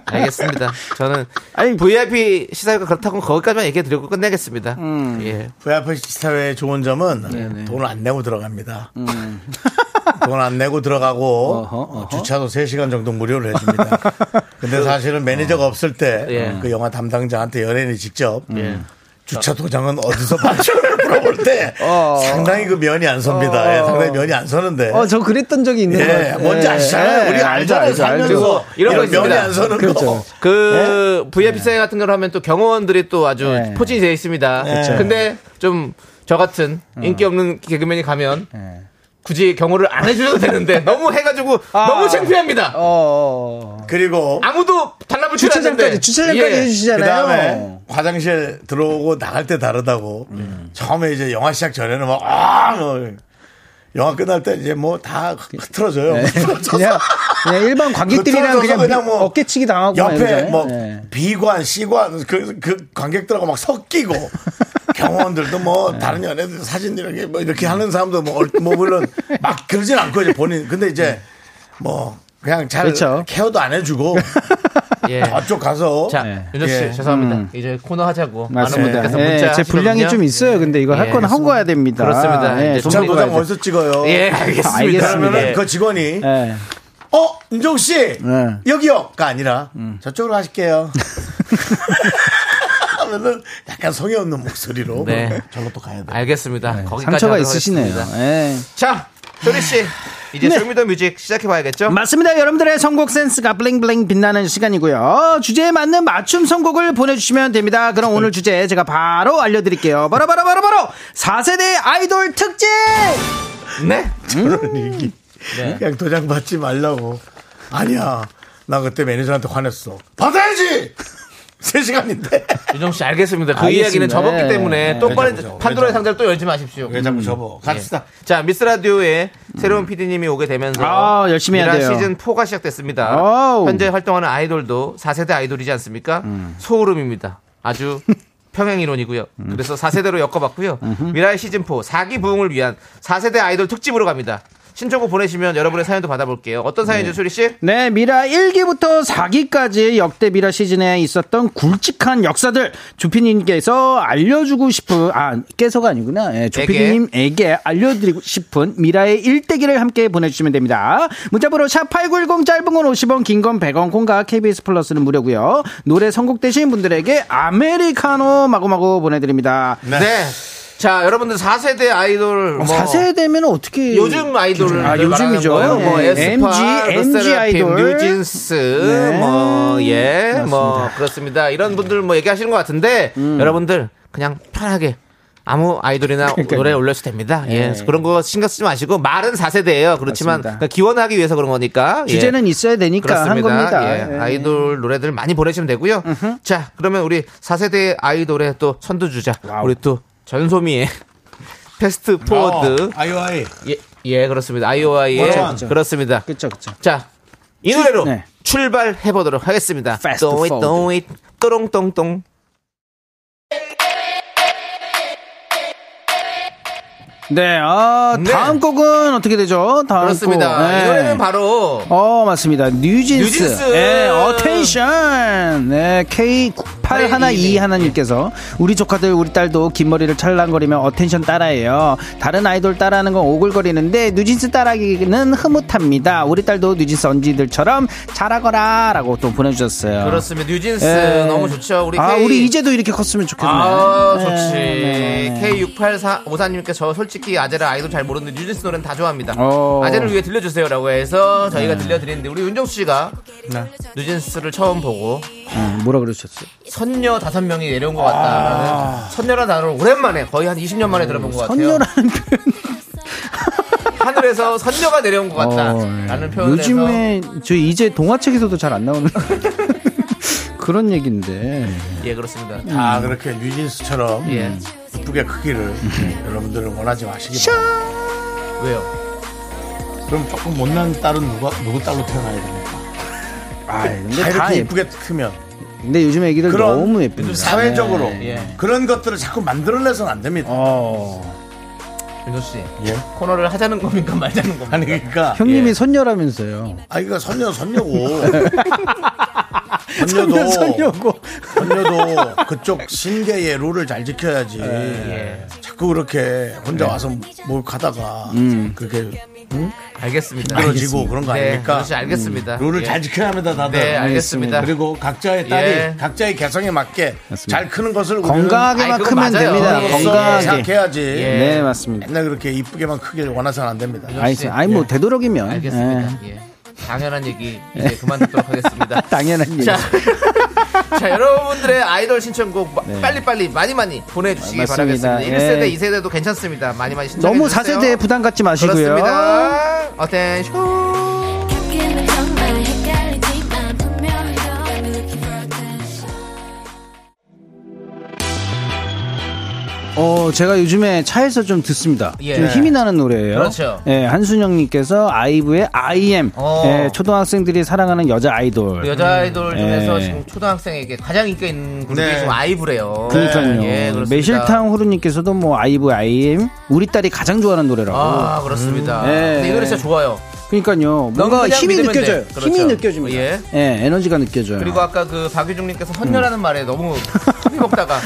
B: 알겠습니다. 저는
F: 아니,
B: VIP 시사회가 그렇다고 거기까지만 얘기해 드리고 끝내겠습니다. 예.
A: VIP 시사회의 그 좋은
F: 네,
A: 점은 돈을 안 내고 들어갑니다. 돈 안 내고 들어가고
F: 음. 어허, 어허. 그,
A: 주차도 3시간 정도 무료로 해줍니다. 근데 사실은
F: 어.
A: 매니저가 없을 때 그
B: 예.
A: 영화 담당자한테 연예인이 직접
F: 음.
B: 예.
A: 주차 도장은 어디서 받죠를 물어볼 때 상당히 그 면이 안 섭니다. 예, 상당히 면이 안 서는데.
F: 어, 저 예. 그랬던 적이 있는 것
A: 예,
F: 같아요.
A: 뭔지 아시잖아요. 우리 알잖아요. 살면서 이런,
B: 이런 거
A: 면이
B: 있습니다.
A: 안 서는 거.
F: 그렇죠.
B: 그 VIP 사회 같은 걸 하면 또 경호원들이 또 아주
F: 네.
B: 포진이 되어 있습니다. 근데 좀 저 같은 인기 없는 개그맨이 가면
A: 예.
F: 네.
B: 굳이 경호를 안 해주셔도 되는데 너무 해가지고 너무 창피합니다.
F: 어, 어. 어.
A: 그리고
B: 아무도 달라붙지 않는데
F: 주차장까지 주차장까지
B: 예.
A: 그
F: 해주시잖아요.
A: 다음에 화장실 들어오고 나갈 때 다르다고. 처음에 이제 영화 시작 전에는 막, 아! 뭐 영화 끝날 때 이제 뭐 다 흐트러져요. 흐트러져서
F: 네. 그냥, 그냥 일반 관객들이랑
A: 흐트러져서 뭐
F: 그냥, 어깨치기 당하고 막
A: 옆에
F: 이러잖아요.
A: 뭐
F: 예.
A: 비관, 시관 그, 그 관객들하고 막 섞이고 경호원들도
F: 네.
A: 뭐 다른 연예들 사진 이렇게 뭐 이렇게 하는 사람도 뭐, 얼- 뭐 물론 막 그러진 않고 이제 본인 근데 이제 뭐 그냥 잘
F: 네. 그렇죠.
A: 케어도 안 해주고
B: 예.
A: 저쪽 가서
B: 자,
F: 네.
B: 윤정 씨
A: 예.
B: 죄송합니다. 이제 코너 하자고 많은
F: 음. 맞습니다.
B: 분들께서
F: 예,
B: 문자
F: 제 분량이
B: 하시거든요.
F: 좀 있어요. 근데 이거
B: 예,
F: 할 건 하고
B: 그렇습니다.
F: 가야 됩니다.
B: 그렇습니다.
F: 예,
B: 이제
F: 돈
A: 주차
F: 내고
A: 도장
F: 가야죠.
A: 어디서 찍어요?
B: 예, 알겠습니다.
A: 그러면은
B: 예.
A: 그 직원이
F: 예.
A: 어 인종 씨
F: 네.
A: 여기요가 아니라 저쪽으로 가실게요. 하면은 약간 성의 없는 목소리로
B: 네.
A: 절로 또 가야 돼.
B: 알겠습니다.
A: 뭐
B: 거기까지
F: 네, 상처가
B: 하도록
F: 있으시네요.
B: 하겠습니다.
F: 예.
B: 자, 조리 씨 이제
F: 네.
B: 쇼미더뮤직 시작해 봐야겠죠?
F: 맞습니다. 여러분들의 선곡 센스가 블링블링 빛나는 시간이고요. 주제에 맞는 맞춤 선곡을 보내주시면 됩니다. 그럼 오늘 주제 제가 바로 알려드릴게요. 바로 바로 바로 바로 4세대 아이돌 특집!
B: 네.
A: 그런 얘기. 그냥 도장 받지 말라고. 아니야. 나 그때 매니저한테 화냈어. 받아야지. 3 시간인데.
B: 윤정 씨 알겠습니다. 그
F: 알겠습니다.
B: 이야기는 접었기
F: 예.
B: 때문에 또
A: 왜
B: 꺼내
A: 접으죠? 왜
B: 판도라의
A: 접어?
F: 네.
B: 상자를 또 열지 마십시오.
A: 왜 자꾸 접어?
B: 예.
F: 예.
A: 갑시다.
B: 자, 미스 라디오에 새로운 PD님이 오게 되면서
F: 아, 열심히 해야
B: 미라
F: 돼요.
B: 시즌 4가 시작됐습니다.
F: 아우.
B: 현재 활동하는 아이돌도 4세대 아이돌이지 않습니까? 소울음입니다. 아주 평행 이론이고요.
F: 음.
B: 그래서 4세대로 엮어봤고요. 미라의 시즌 4 4기 부흥을 위한 4세대 아이돌 특집으로 갑니다. 신청곡 보내시면 여러분의 사연도 받아볼게요. 어떤 사연이죠, 소리 씨?
F: 네, 미라 1기부터 4기까지 역대 미라 시즌에 있었던 굵직한 역사들 주피님께서 알려주고 싶은, 아, 깨서가 아니구나. 예, 주피님에게 알려드리고 싶은 미라의 1대기를 함께 보내주시면 됩니다. 문자번호 샵8910 짧은 건 50원, 긴 건 100원, 콩과 KBS 플러스는 무료고요 노래 선곡되신 분들에게 아메리카노 마구마구 보내드립니다.
B: 네. 자, 여러분들 4세대 아이돌.
F: 어,
B: 뭐
F: 4세대면 어떻게.
B: 요즘 아이돌
F: 음. 아, 요즘이죠.
B: 거예요. 뭐
F: 예.
B: 에스파,
F: MG, MG 아이돌.
B: 뉴진스, 예, 뭐
F: 네. 음.
B: 뭐예뭐 그렇습니다. 이런 분들 뭐 얘기하시는 것 같은데 여러분들 그냥 편하게 아무 아이돌이나 노래 올려도 됩니다. 예. 그래서 그런 거 신경 쓰지 마시고 말은 4세대예요. 그렇지만
F: 네. 맞습니다.
B: 그러니까 기원하기 위해서 그런 거니까. 예.
F: 주제는 있어야 되니까 한 겁니다.
B: 예.
F: 예.
B: 아이돌 노래들 많이 보내시면 되고요. 자, 그러면 우리 4세대 아이돌의 또 선두주자 우리 또 전소미의 패스트
A: 어,
B: 포워드
A: 아이오아이.
B: 예, 예, 그렇습니다. 아이오아이의
A: 그렇죠,
F: 그렇죠.
B: 그렇습니다.
F: 그쵸, 그쵸.
B: 자, 이 노래로
F: 네.
B: 출발해 보도록 하겠습니다.
F: Fast
B: 또잇
F: forward.
B: 또잇 또롱똥똥.
F: 네, 아,
B: 네.
F: 다음 곡은 어떻게 되죠? 다음 곡.
B: 그렇습니다.
F: 네.
B: 이 노래는 바로
F: 어, 맞습니다. 뉴진스.
B: 뉴진스.
F: 네, 어텐션. 네, K8112 하나님께서 우리 조카들 우리 딸도 긴 머리를 찰랑거리며 어텐션 따라해요. 다른 아이돌 따라하는 건 오글거리는데 뉴진스 따라하기는 흐뭇합니다. 우리 딸도 뉴진스 언니들처럼 잘하거라라고 또 보내 주셨어요.
B: 그렇습니다. 뉴진스
F: 예.
B: 너무 좋죠. 우리
F: 아,
B: K-
F: 우리 이제도 이렇게 컸으면 좋겠네.
B: 아,
F: 네,
B: 좋지.
F: 네.
B: K6854님께서 저 솔직히 아재라 아이돌 잘 모르는데 뉴진스 노래는 다 좋아합니다.
F: 어. 네.
B: 아재를 위해 들려주세요라고 해서 저희가 들려드리는데 우리 윤정수 씨가 뉴진스를 처음 보고
F: 음, 뭐라 그러셨어요?
B: 선녀 다섯 명이 내려온 것 같다라는 선녀라는 단어를 오랜만에 거의 한 20년 만에 들어본 것 같아요.
F: 아. 선녀라는 표현.
B: 하늘에서 선녀가 내려온 것 같다라는 표현에서
F: 어, 예. 요즘에 저 이제 동화책에서도 잘 안 나오는 그런 얘기인데.
B: 예 그렇습니다.
A: 아, 그렇게 뉴진스처럼
B: 예
F: 음.
B: 음.
A: 이쁘게 크기를 여러분들은 원하지 마시기 바랍니다.
B: 왜요?
A: 그럼 조금 못난 딸은 누가, 누구 딸로 태어나야 됩니까? 다
F: 아, 근데 다
A: 이렇게
F: 예
A: 이쁘게 크면
F: 근데 요즘 애기들
A: 그런
F: 너무 예쁩니다. 네.
A: 사회적으로
B: 예.
A: 그런 것들을 자꾸 만들어내서는 안 됩니다.
F: 어.
B: 윤조 씨
A: 예.
B: 코너를 하자는 겁니까 말자는 겁니까?
A: 아니 그러니까
F: 형님이
B: 예. 음.
F: 선녀라면서요.
A: 아 이거 선녀 선녀고
F: 선녀,
A: 선녀도
F: 선녀고.
A: 선녀도 그쪽 신계의 룰을 잘 지켜야지. 자꾸 그렇게 혼자 와서 목욕하다가 그렇게
B: 알겠습니다.
A: 떨어지고 그런 거
B: 네,
A: 아닙니까?
B: 윤조
F: 음,
B: 씨 알겠습니다.
A: 룰을
B: 예.
A: 잘 지켜야 합니다, 다들. 예.
B: 네, 알겠습니다.
A: 그리고 각자의 딸이
B: 예.
A: 각자의 개성에 맞게 잘 크는 것을 우리는
B: 아이,
F: 건강하게만
B: 그건
F: 크면
B: 맞아요.
F: 됩니다.
B: 예,
F: 건강하게.
A: 생각해야지.
F: 네, 맞습니다.
A: 맨날 그렇게 이쁘게만 크길 원해서는 안 됩니다.
F: 아니,
B: 씨.
F: 아니 뭐 되도록이면. 예.
B: 알겠습니다. 예. 당연한 얘기 이제 그만 듣도록 하겠습니다.
F: 당연한 얘기.
B: 자, 자, 여러분들의 아이돌 신청곡 마- 빨리빨리 많이 많이 보내주시기
F: 아, 네. 맞습니다.
B: 바라겠습니다.
F: 예.
B: 1세대, 2세대도 괜찮습니다. 많이 많이 신청해
F: 너무
B: 주세요.
F: 4세대에 부담 갖지 마시고요.
B: 그렇습니다. 어텐쇼.
C: 가끔은 정말 헷갈리지만 분명히 I'm looking for attention
F: 어, 제가 요즘에 차에서 좀 듣습니다.
B: 예.
F: 좀 힘이 나는 노래예요.
B: 그렇죠.
F: 예, 한순영님께서 아이브의 I am.
B: 어.
F: 예, 초등학생들이 사랑하는 여자 아이돌. 음,
B: 우리 그 여자 아이돌 중에서
F: 예.
B: 지금 초등학생에게 가장 인기 있는 그룹이
A: 네.
B: 지금 아이브래요.
F: 그러니까요. 네,
B: 예, 그렇습니다.
F: 매실탕 후루님께서도 뭐 아이브 아이엠 우리 딸이 가장 좋아하는 노래라고.
B: 아, 그렇습니다.
F: 음. 예.
B: 근데 이 노래 진짜 좋아요.
F: 그러니까요. 뭔가
B: 너무 그냥
F: 힘이
B: 믿으면 돼.
F: 느껴져요.
B: 그렇죠.
F: 힘이 느껴집니다.
B: 예.
F: 예. 에너지가 느껴져요.
B: 그리고 아까 그 박유중님께서 선녀라는
F: 음.
B: 말에 너무 커피 먹다가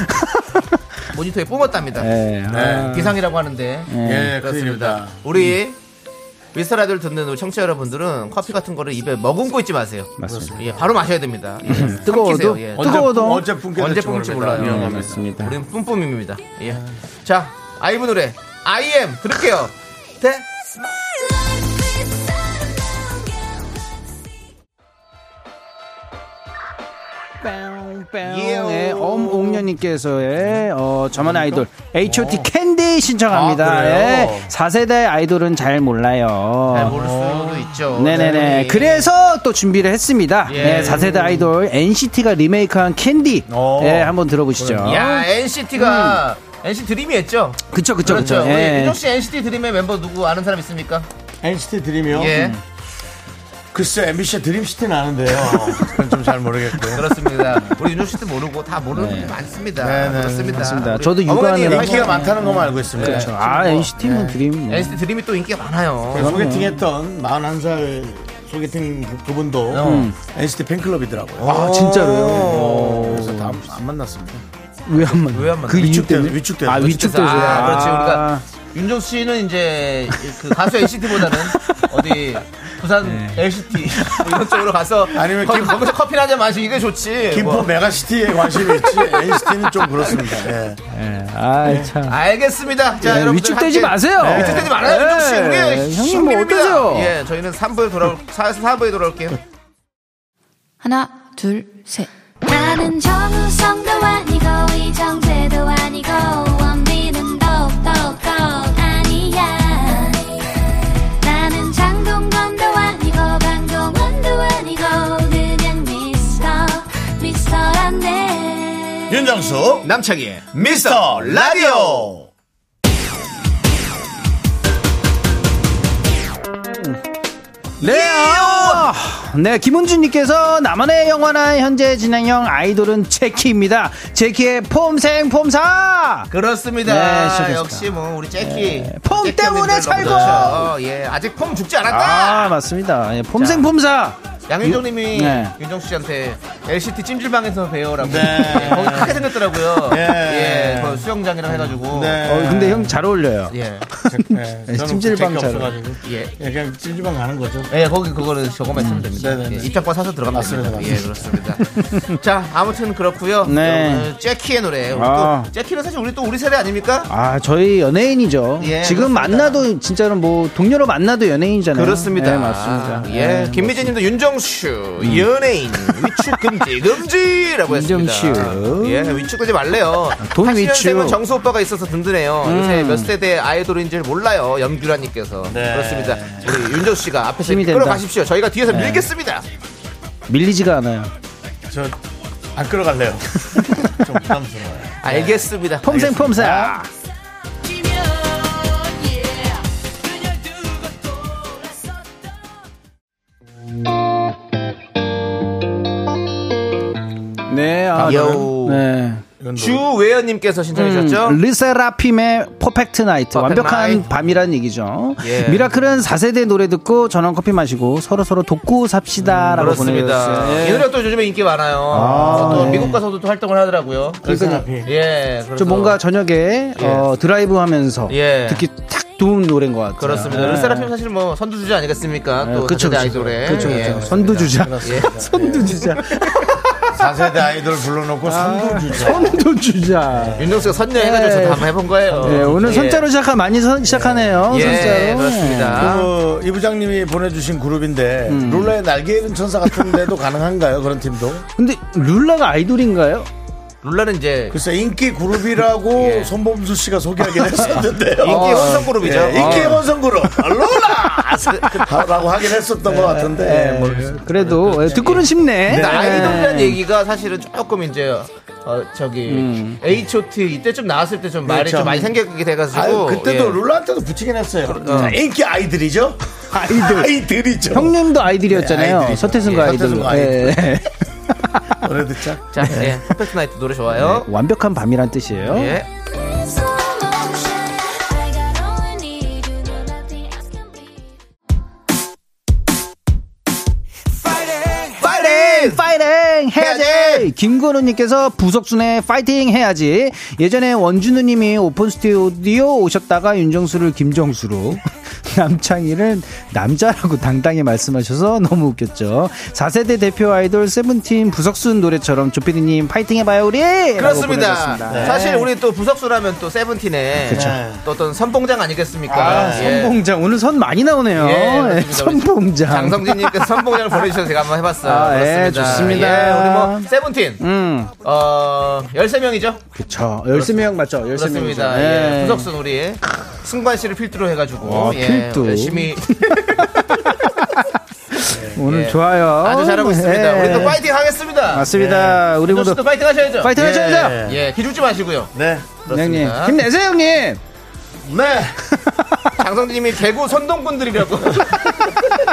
B: 모니터에 뿜었답니다. 네,
F: 예. 아, 네, 그러니까. 음.
B: 비상이라고 하는데 네,
A: 예,
B: 그렇습니다.
A: 그렇습니다.
B: 우리 미스터 라디오를 듣는 우리 청취자 여러분들은 커피 같은 거를 입에 머금고 있지 마세요.
F: 맞습니다. 음,
B: 예, 바로 마셔야 됩니다. 예,
F: 뜨거워도
B: 삼키세요. 예.
A: 언제
F: 뜨거워도
A: 언제 뿜게
B: 언제
A: 될지
B: 뿜을지
A: 모릅니다. 예.
B: 몰라요.
A: 위험합니다.
F: 맞습니다.
B: 우리는 뿜뿜입니다. 예. 자, 아이브 노래 I am 들을게요. 네. 예, 예요.
F: 네, 엄옥녀님께서의 어, 저만의
B: 그러니까?
F: 아이돌
B: 어.
F: H.O.T. 캔디 신청합니다.
A: 아, 그래요?
F: 예, 4세대 아이돌은 잘 몰라요.
B: 잘 모를 수도 있죠.
F: 네네네.
B: 예.
F: 그래서 또 준비를 했습니다.
B: 예.
F: 네, 4세대 아이돌 NCT가 리메이크한 캔디.
B: 어.
A: 오.
F: 예, 한번 들어보시죠. 음.
B: 야 NCT가 NCT 드림이 했죠.
F: 그쵸, 그쵸,
B: 그렇죠.
F: 그쵸.
B: 우리
F: 예.
B: 윤정 씨 NCT 드림의 멤버 누구 아는 사람 있습니까?
A: NCT
F: 어?
A: 드림이요?
B: 예.
F: 음.
A: 글쎄 MBC 드림시티는 아는데요.
F: 어,
A: 그건 좀 잘 모르겠고요.
B: 그렇습니다. 우리 윤종 씨도 모르고 다 모르는 분이 많습니다.
A: 네, 네,
B: 그렇습니다.
F: 맞습니다.
B: 우리
F: 저도
B: 어머니
F: 육아하는
B: 인기가
A: 인기가
B: 많.
A: 많다는 것만 알고 있습니다.
B: 네.
F: 그쵸. 아, NCT는 드림. 네.
B: NCT 드림이 또 인기가 많아요.
A: 제가 소개팅했던 41살 소개팅 그- 그분도 NCT 팬클럽이더라고요.
F: 아, 진짜로요?
A: 그래서 다 안 만났습니다.
F: 왜 한 번?
B: 왜 안 만나?
F: 그 이유
A: 위축돼서,
F: 때문에?
A: 위축돼서.
F: 아,
B: 위축돼서.
F: 위축돼서.
B: 아, 그렇지. 우리가 윤종 씨는 이제 그 가수 NCT보다는 어디 부산
F: 네.
B: LCT 뭐 이런 쪽으로 가서
A: 아니면
B: 거기
A: 김-
B: 거기서 커피 한잔 마시기 이게 좋지.
A: 김포
B: 뭐.
A: 메가시티에 관심이 있지 NCT는 좀 그렇습니다. 예.
B: 네.
F: 아, 참.
B: 알겠습니다. 자,
F: 네,
B: 여러분
F: 위축되지 마세요. 네.
B: 위축되지 말아요, 윤종 씨. 우리
F: 네, 형님 뭐
B: 형님입니다.
F: 어떠세요?
B: 예, 저희는 3부에 돌아올 4, 4부에 돌아올게요.
G: 하나, 둘, 셋.
C: 나는 정우성도 아니고 이정재도 아니고 원빈은
A: 윤정수
B: 남창희의
A: 미스터 라디오
F: 레오! 네, 김은주님께서 나만의 영화나 현재 진행형 아이돌은 제키입니다. 제키의 폼생 폼사! 네,
B: 그렇습니다.
F: 시작했습니다. 네,
B: 역시 뭐 우리 재키
F: 폼
B: 재키
F: 때문에
B: 언니들
F: 살고!
B: 너무 좋죠. 예, 아직 폼 죽지 않았다.
F: 아, 맞습니다. 예, 폼생 폼사!
B: 양윤종님이
F: 유- 네.
B: 윤정수 씨한테 LCT 찜질방에서 배우라고.
A: 네.
B: 예, 거기 크게 생겼더라고요.
A: 예.
B: 예, 그 수영장이랑 해가지고.
A: 네.
F: 어, 근데 형 잘 어울려요.
B: 예,
A: 네, 저는
F: 찜질방
A: 재키
F: 차로.
A: 없어가지고
B: 예.
A: 예, 그냥 찜질방 가는 거죠
B: 예, 거기 그거는 저거만 있으면 됩니다.
A: 음. 네네네.
B: 예, 입장권 사서 들어가면
A: 맞습니다,
B: 됩니다. 예, 그렇습니다. 자, 아무튼 그렇고요.
F: 네.
B: 여러분, 재키의 노래. 우리
F: 아.
B: 또 재키는 사실 우리 또 우리 세대 아닙니까?
F: 아, 저희 연예인이죠.
B: 예,
F: 지금
B: 그렇습니다.
F: 만나도 진짜로 뭐 동료로 만나도 연예인이잖아요.
B: 그렇습니다.
F: 네, 맞습니다. 음.
B: 예,
F: 네,
B: 김미진님도 윤정수 연예인 위축 금지 금지라고 했습니다.
F: 윤정수.
B: 예, 위축되지 말래요.
F: 돈
B: 은
F: 위축. 음.
B: 정수 오빠가 있어서 든든해요. 요새 몇 세대 아이돌인지 를 몰라요. 염규라님께서 그렇습니다. 우리 윤정수 씨가 앞에서
F: 힘이 된다. 네.
B: 끌어 가십시오. 저희가 뒤에서 밀겠습니다.
F: 밀리지가 않아요.
A: 저 안 끌어갈래요 좀 부담스러워요
B: 알겠습니다.
F: 폼생 폼사! 네, 아,
B: 요.
F: 네.
B: 주웨어님께서 신청해 주셨죠?
F: 음, 르세라핌의 퍼펙트
B: 퍼펙트
F: 나이트 완벽한
B: 나이트.
F: 밤이란 얘기죠
B: 예.
F: 미라클은 4세대 노래 듣고 전원 커피 마시고 서로서로 돕고 삽시다 라고
B: 음, 그렇습니다. 예.
F: 보내주셨어요
B: 이 노래가 또 요즘에 인기 많아요.
F: 아,
B: 또
F: 네.
B: 미국 가서도 또 활동을 하더라고요.
A: 그러니까
B: 예, 그래서
F: 좀 뭔가 저녁에 어, 드라이브 하면서
B: 예.
F: 듣기 딱 좋은 노래인 것 같아요
B: 그렇습니다.
F: 예.
B: 르세라핌 사실 뭐 선두주자 아니겠습니까?
F: 예,
B: 또 그쵸,
F: 그쵸, 그쵸.
B: 아이돌의
F: 그쵸, 그쵸.
B: 예, 그렇습니다.
F: 선두주자
B: 그렇습니다.
F: 선두주자
A: 4세대 아이돌 불러놓고 선도
B: 예.
A: 주자
F: 선두주자
B: 윤정수가 선녀해가지고
F: 예.
B: 저도 한번 해본 거예요.
F: 예, 오늘
B: 예.
F: 선자로 시작한 많이 선- 시작하네요
B: 예,
F: 선자로 네.
B: 그렇습니다.
A: 그, 이 부장님이 보내주신 그룹인데
B: 음.
A: 룰라의 날개 잃은 천사 같은데도 가능한가요 그런 팀도
F: 근데 룰라가 아이돌인가요?
B: 룰라는 이제
F: 그
A: 글쎄 인기 그룹이라고
B: 예.
A: 손범수 씨가 소개하긴 했었는데요
B: 인기 혼성
A: 예,
B: 그룹이죠.
A: 인기
B: 어.
A: 혼성 그룹 룰라 라고 하긴 했었던
B: 네.
A: 것 같은데 뭐
F: 예, 그래도 예, 듣고는 쉽네
B: 근데
F: 예.
B: 아이돌이라는 얘기가 사실은 조금 이제 어, 저기
F: 음.
B: H.O.T 이때 좀 나왔을 때 좀 말이
A: 그렇죠.
B: 좀 많이 생기게 돼가지고
A: 아유, 그때도
B: 예.
A: 룰라한테도 붙이긴 했어요. 자, 인기 아이들이죠? 아이들. 아이들이죠.
F: 형님도 아이들이었잖아요.
A: 네, 아이들이죠.
F: 서태순과
A: 예,
F: 아이들.
A: 서태순과
F: 예.
A: 노래 듣자.
B: 자,
F: 네.
B: 예. 퍼펙트 나이트 노래 좋아요.
F: 완벽한 밤이란 뜻이에요.
B: 예. 파이팅!
F: 파이팅 해야지.
B: 해야지!
F: 김건우님께서 부석순의 파이팅 해야지. 예전에 원준우님이 오픈 스튜디오 오셨다가 윤정수를 김정수로. 남창희를 남자라고 당당히 말씀하셔서 너무 웃겼죠. 4세대 대표 아이돌 세븐틴 부석순 노래처럼 조피디님 파이팅 해봐요 우리. 라고
B: 그렇습니다.
F: 보내셨습니다.
B: 사실 우리 또 부석수라면 또 세븐틴의 또 어떤 선봉장 아니겠습니까?
F: 그렇죠. 아,
B: 예.
F: 선봉장 오늘 선 많이 나오네요.
B: 예,
F: 예,
B: 그렇습니다.
F: 선봉장.
B: 장성진님께서 선봉장을 보내주셔서 제가 한번 해봤어요.
F: 아,
B: 그렇습니다.
F: 예, 좋습니다.
B: 예, 우리 뭐 세븐틴
F: 음,
B: 어 13명이죠?
F: 그쵸. 13명 맞죠? 13명. 이죠. 네.
B: 그렇습니다. 예. 부석순 우리 승관 씨를 필두로 해가지고
F: 와,
B: 예,
F: 아, 필두.
B: 열심히
F: 오늘
B: 예.
F: 좋아요.
B: 아주 잘하고 있습니다.
F: 예.
B: 우리도 예. 파이팅 하겠습니다.
F: 맞습니다. 우리 모두
B: 윤정씨도 파이팅 하셔야죠.
F: 아, 파이팅 하셔야죠.
B: 예, 예, 기죽지 마시고요.
A: 네.
F: 형님.
B: 그렇습니다.
F: 힘내세요, 형님.
A: 네.
B: 장성진님이 대구 선동꾼들이라고.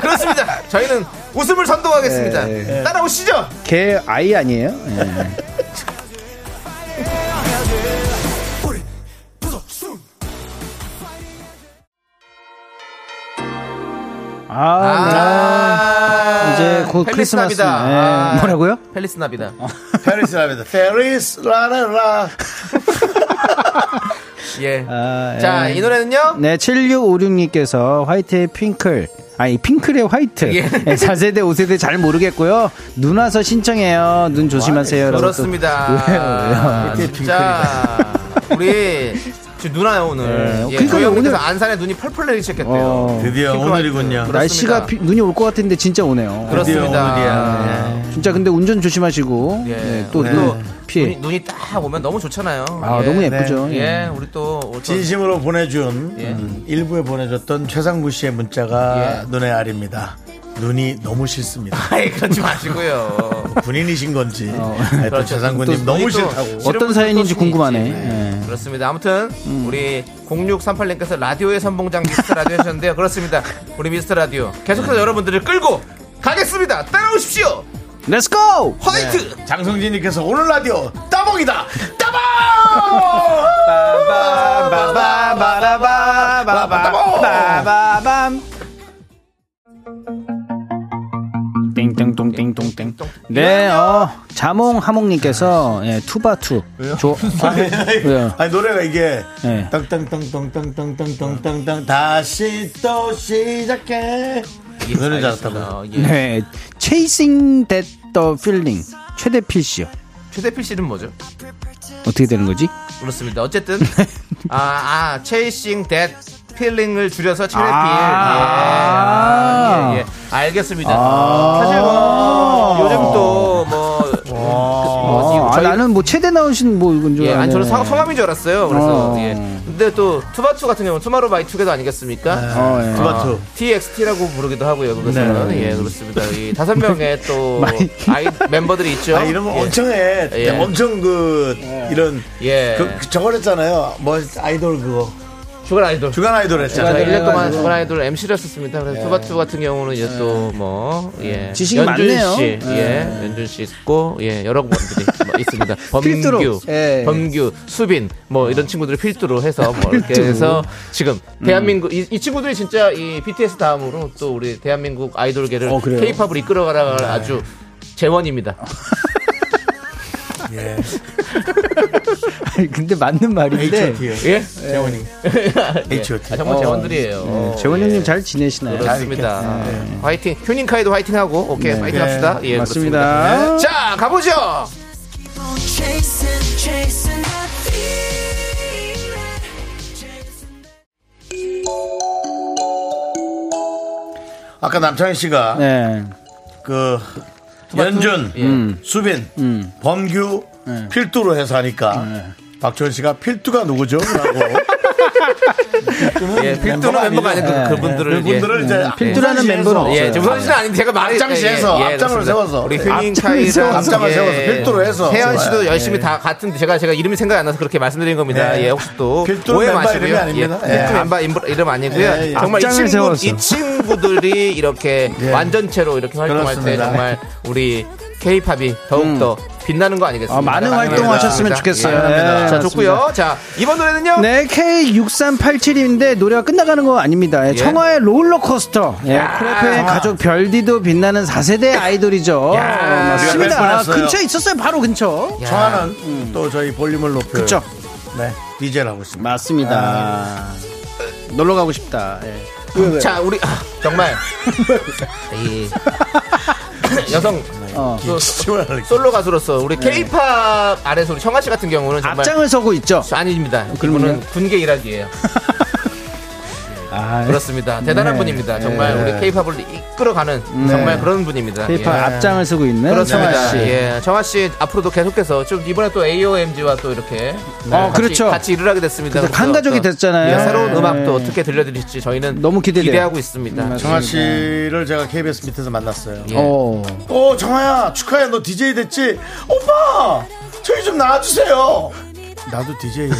B: 그렇습니다. 저희는 웃음을 선동하겠습니다.
F: 예,
B: 따라오시죠.
F: 걔 아이 아니에요? 예. 아, 네. 아, 이제 곧 크리스마스. 예.
B: 아,
F: 뭐라고요? 어,
B: 펠리스나비다.
A: 페리스랍니다. 페리스 라라라.
B: 예.
F: 아, 예.
B: 자, 이 노래는요.
F: 네, 7656님께서 화이트의 핑클. 아니, 핑클의 화이트.
B: 예.
F: 네, 4세대, 5세대 잘 모르겠고요. 눈 와서 신청해요. 눈 조심하세요. 라고 또.
B: 그렇습니다.
F: 왜요, 왜요?
B: 진짜 우리 지금 누나요 오늘.
F: 예.
B: 예.
F: 그러니까요,
B: 그러니까 오늘
F: 오늘-
B: 안산에 눈이 펄펄 내리 시작했대요.
F: 어,
A: 드디어
B: 핑크화이트.
A: 오늘이군요.
B: 그렇습니다.
F: 날씨가 피- 눈이 올 것 같은데 진짜 오네요. 네.
A: 드디어
B: 그렇습니다.
A: 오늘이야.
F: 진짜 근데 운전 조심하시고.
B: 예.
F: 네, 또
B: 우리
F: 눈
B: 또
F: 피해.
B: 눈이, 눈이 딱 오면 너무 좋잖아요.
F: 아,
B: 예.
F: 너무 예쁘죠.
B: 예,
F: 예.
B: 우리 또 어떤-
A: 진심으로 보내준 음, 일부에 보내줬던 최상구 씨의 문자가
B: 예.
A: 눈에 아립니다. 눈이 너무 싫습니다.
B: 아이 그러지 마시고요.
A: 군인이신 건지 하여튼
B: 그렇죠.
A: 재상군님
B: 또
A: 네, 너무
B: 또
A: 싫다고
B: 싫은
F: 어떤
B: 분들
F: 사연인지
B: 또
F: 궁금하네.
B: 있지.
F: 예.
B: 그렇습니다. 아무튼 우리 0638님께서 라디오의 선봉장 미스터 라디오 하셨는데요. 그렇습니다. 우리 미스터 라디오 계속해서 여러분들을 끌고 가겠습니다. 따라오십시오.
F: Let's go!
B: 화이트.
A: 장성진님께서 오늘 라디오 따봉이다 따봉 따봉!
F: 띵띵똥띵똥띵. 네, 어, 자몽 하몽님께서 예, 투바투. 조, 왜요?
A: 아니 노래가 이게
F: 네.
A: 땅땅땅땅땅땅땅땅땅땅 다시 또 시작해 이 노래 잘했다고
B: 어, 예.
F: 네, Chasing That The Feeling 최대필 씨요.
B: 최대필 씨는 뭐죠?
F: 어떻게 되는 거지?
B: 그렇습니다. 어쨌든 아, 아, chasing that feeling을 줄여서 최대필.
F: 아.
B: 예. 아, 예, 예. 알겠습니다. 사실 뭐 요즘 또뭐
F: 어, 아, 나는 뭐 최대 나오신 뭐 이건 줄
B: 예, 아니 저는 성,
F: 알았네.
B: 성함인 줄 알았어요. 그래서
F: 어.
B: 예. 근데 또 투바투 같은 경우는 투마로 바이 투게더 아니겠습니까?
F: 어, 예.
A: 네. 투바투 네.
B: TXT라고 부르기도 하고요. 그것은 예 그렇습니다. 이 다섯 명의 또
F: 많이-
B: 아이 멤버들이 있죠.
A: 아 이러면
B: 예.
A: 엄청 해
B: 예.
A: 네, 엄청 그 이런
B: 예.
A: 그, 그 저걸 했잖아요 뭐 아이돌 그거
B: 주간 아이돌.
A: 주간 아이돌 했잖아요
B: 제가
F: 네,
B: 1년 동안
F: 그래가지고.
B: 주간 아이돌 MC를 했었습니다. 그래서 투바투 같은 경우는 이제 또 뭐 예.
F: 네. 음, 지식이
B: 연준
F: 많네요.
B: 씨, 예. 연준 씨 있고 예 여러 분들이 뭐 있습니다.
F: 필두로.
B: 범규,
F: 예.
B: 범규, 수빈 뭐 이런 친구들을 필두로 해서 뭐 이렇게
F: 필두로. 음.
B: 해서 지금 대한민국 이, 이 친구들이 진짜 이 BTS 다음으로 또 우리 대한민국 아이돌계를
F: 어, 그래요? 네.
B: K-팝을 이끌어가라 아주 재원입니다.
A: 예.
F: 아니, 근데 맞는 말인데.
A: H.O.T.요
B: 예?
A: 재원이
B: 예.
A: H.O.T.
B: 아,
F: 어.
B: 정말 재원들이에요.
F: 예, 재원 형님 잘 지내시나요?
B: 그렇습니다. 네, 화이팅. 휴닝카이도 화이팅하고 오케이
F: 네.
B: 화이팅 합시다. 예,
F: 맞습니다.
B: 그렇습니다. 자, 가보죠.
A: 아까 남창희 씨가
F: 네.
A: 그 연준,
F: 예. 음.
A: 수빈, 범규 필두로 해서 하니까
F: 예.
A: 박지원 씨가 필두가 누구죠? 라고
B: 예, 필두는 멤버가 아니고 그-
A: 네.
B: 그분들을
A: 그분들을
B: 예.
A: 이제
F: 음, 필두라는
A: 앞장시에서
F: 멤버는 없어요.
B: 예, 지금 선씨는 아닌데 제가 말이
A: 앞장시에서,
B: 예, 예,
A: 앞장을
B: 그렇습니다.
A: 세워서.
B: 우리
F: 앞장을
B: 휴닝카이랑
F: 세워서.
A: 앞장을 세워서 필두로 해서.
B: 태연 씨도
A: 좋아요.
B: 열심히 다 같은 제가 제가 이름이 생각이 안 나서 그렇게 말씀드린 겁니다.
A: 예.
B: 예, 혹시 또
A: 필두
B: 오해
A: 멤버
B: 마시고요.
A: 이름이 아닙니다.
B: 예, 필두
A: 예.
B: 멤버 인부- 이름 아니고요.
A: 예, 예.
B: 정말 이
F: 앞장을
B: 친구
F: 세워서.
B: 이 친구들이 이렇게
A: 예.
B: 완전체로 이렇게 활동할 때
A: 그렇습니다. 음.
B: 정말 우리 K-팝이 더욱 더 빛나는 거 아니겠습니까? 네,
F: 아, 많은 활동하셨으면 좋겠어요. 예,
B: 자,
F: 맞습니다.
B: 좋고요. 자, 이번 노래는요.
F: 네, K6387인데 노래가 끝나가는 거 아닙니다. 예,
B: 예.
F: 청하의 롤러코스터. 예, 크래프의 가족 별디도 빛나는 4세대 아이돌이죠. 어,
A: 우리가 뺄
F: 맞습니다.
A: 뻔했어요.
F: 근처에 있었어요. 바로 근처.
B: 야,
A: 청하는 또 저희 볼륨을 높여
F: 예. 음. 그쵸.
A: 네, DJ를 하고 있습니다.
F: 맞습니다. 놀러 가고 싶다. 예.
B: 자, 우리 아, 정말 이 여성
F: 어. 네.
B: 또
A: 시원하게.
B: 솔로 가수로서 우리 K-팝 아래서 우리 청아 씨 같은 경우는 정말
F: 앞장을 서고 있죠.
B: 아닙니다.
F: 그러면요?
B: 그분은 군계 일학이에요.
F: 아,
B: 그렇습니다. 대단한
F: 네.
B: 분입니다. 정말 우리 K-팝을 이끌어가는 정말 그런 분입니다.
F: 페이퍼
B: 예.
F: 앞장을 서고 있는
B: 그렇습니다.
F: 청아 씨.
B: 예, 정아 씨 앞으로도 계속해서 좀 이번에 또 AOMG와 또 이렇게
F: 어,
B: 같이,
F: 그렇죠.
B: 같이 일을 하게 됐습니다.
F: 그래서 한 가족이
B: 어떤,
F: 됐잖아요.
B: 예, 새로운
F: 네.
B: 음악도 어떻게 들려드릴지 저희는
F: 너무 기대돼요. 음,
B: 기대하고 있습니다.
F: 네, 맞습니다.
A: 청하 씨를 제가 KBS 밑에서 만났어요.
B: 예.
F: 어.
A: 오, 정아야, 축하해. 너 DJ 됐지? 오빠! 저희 좀 나와주세요. 나도 DJ 해.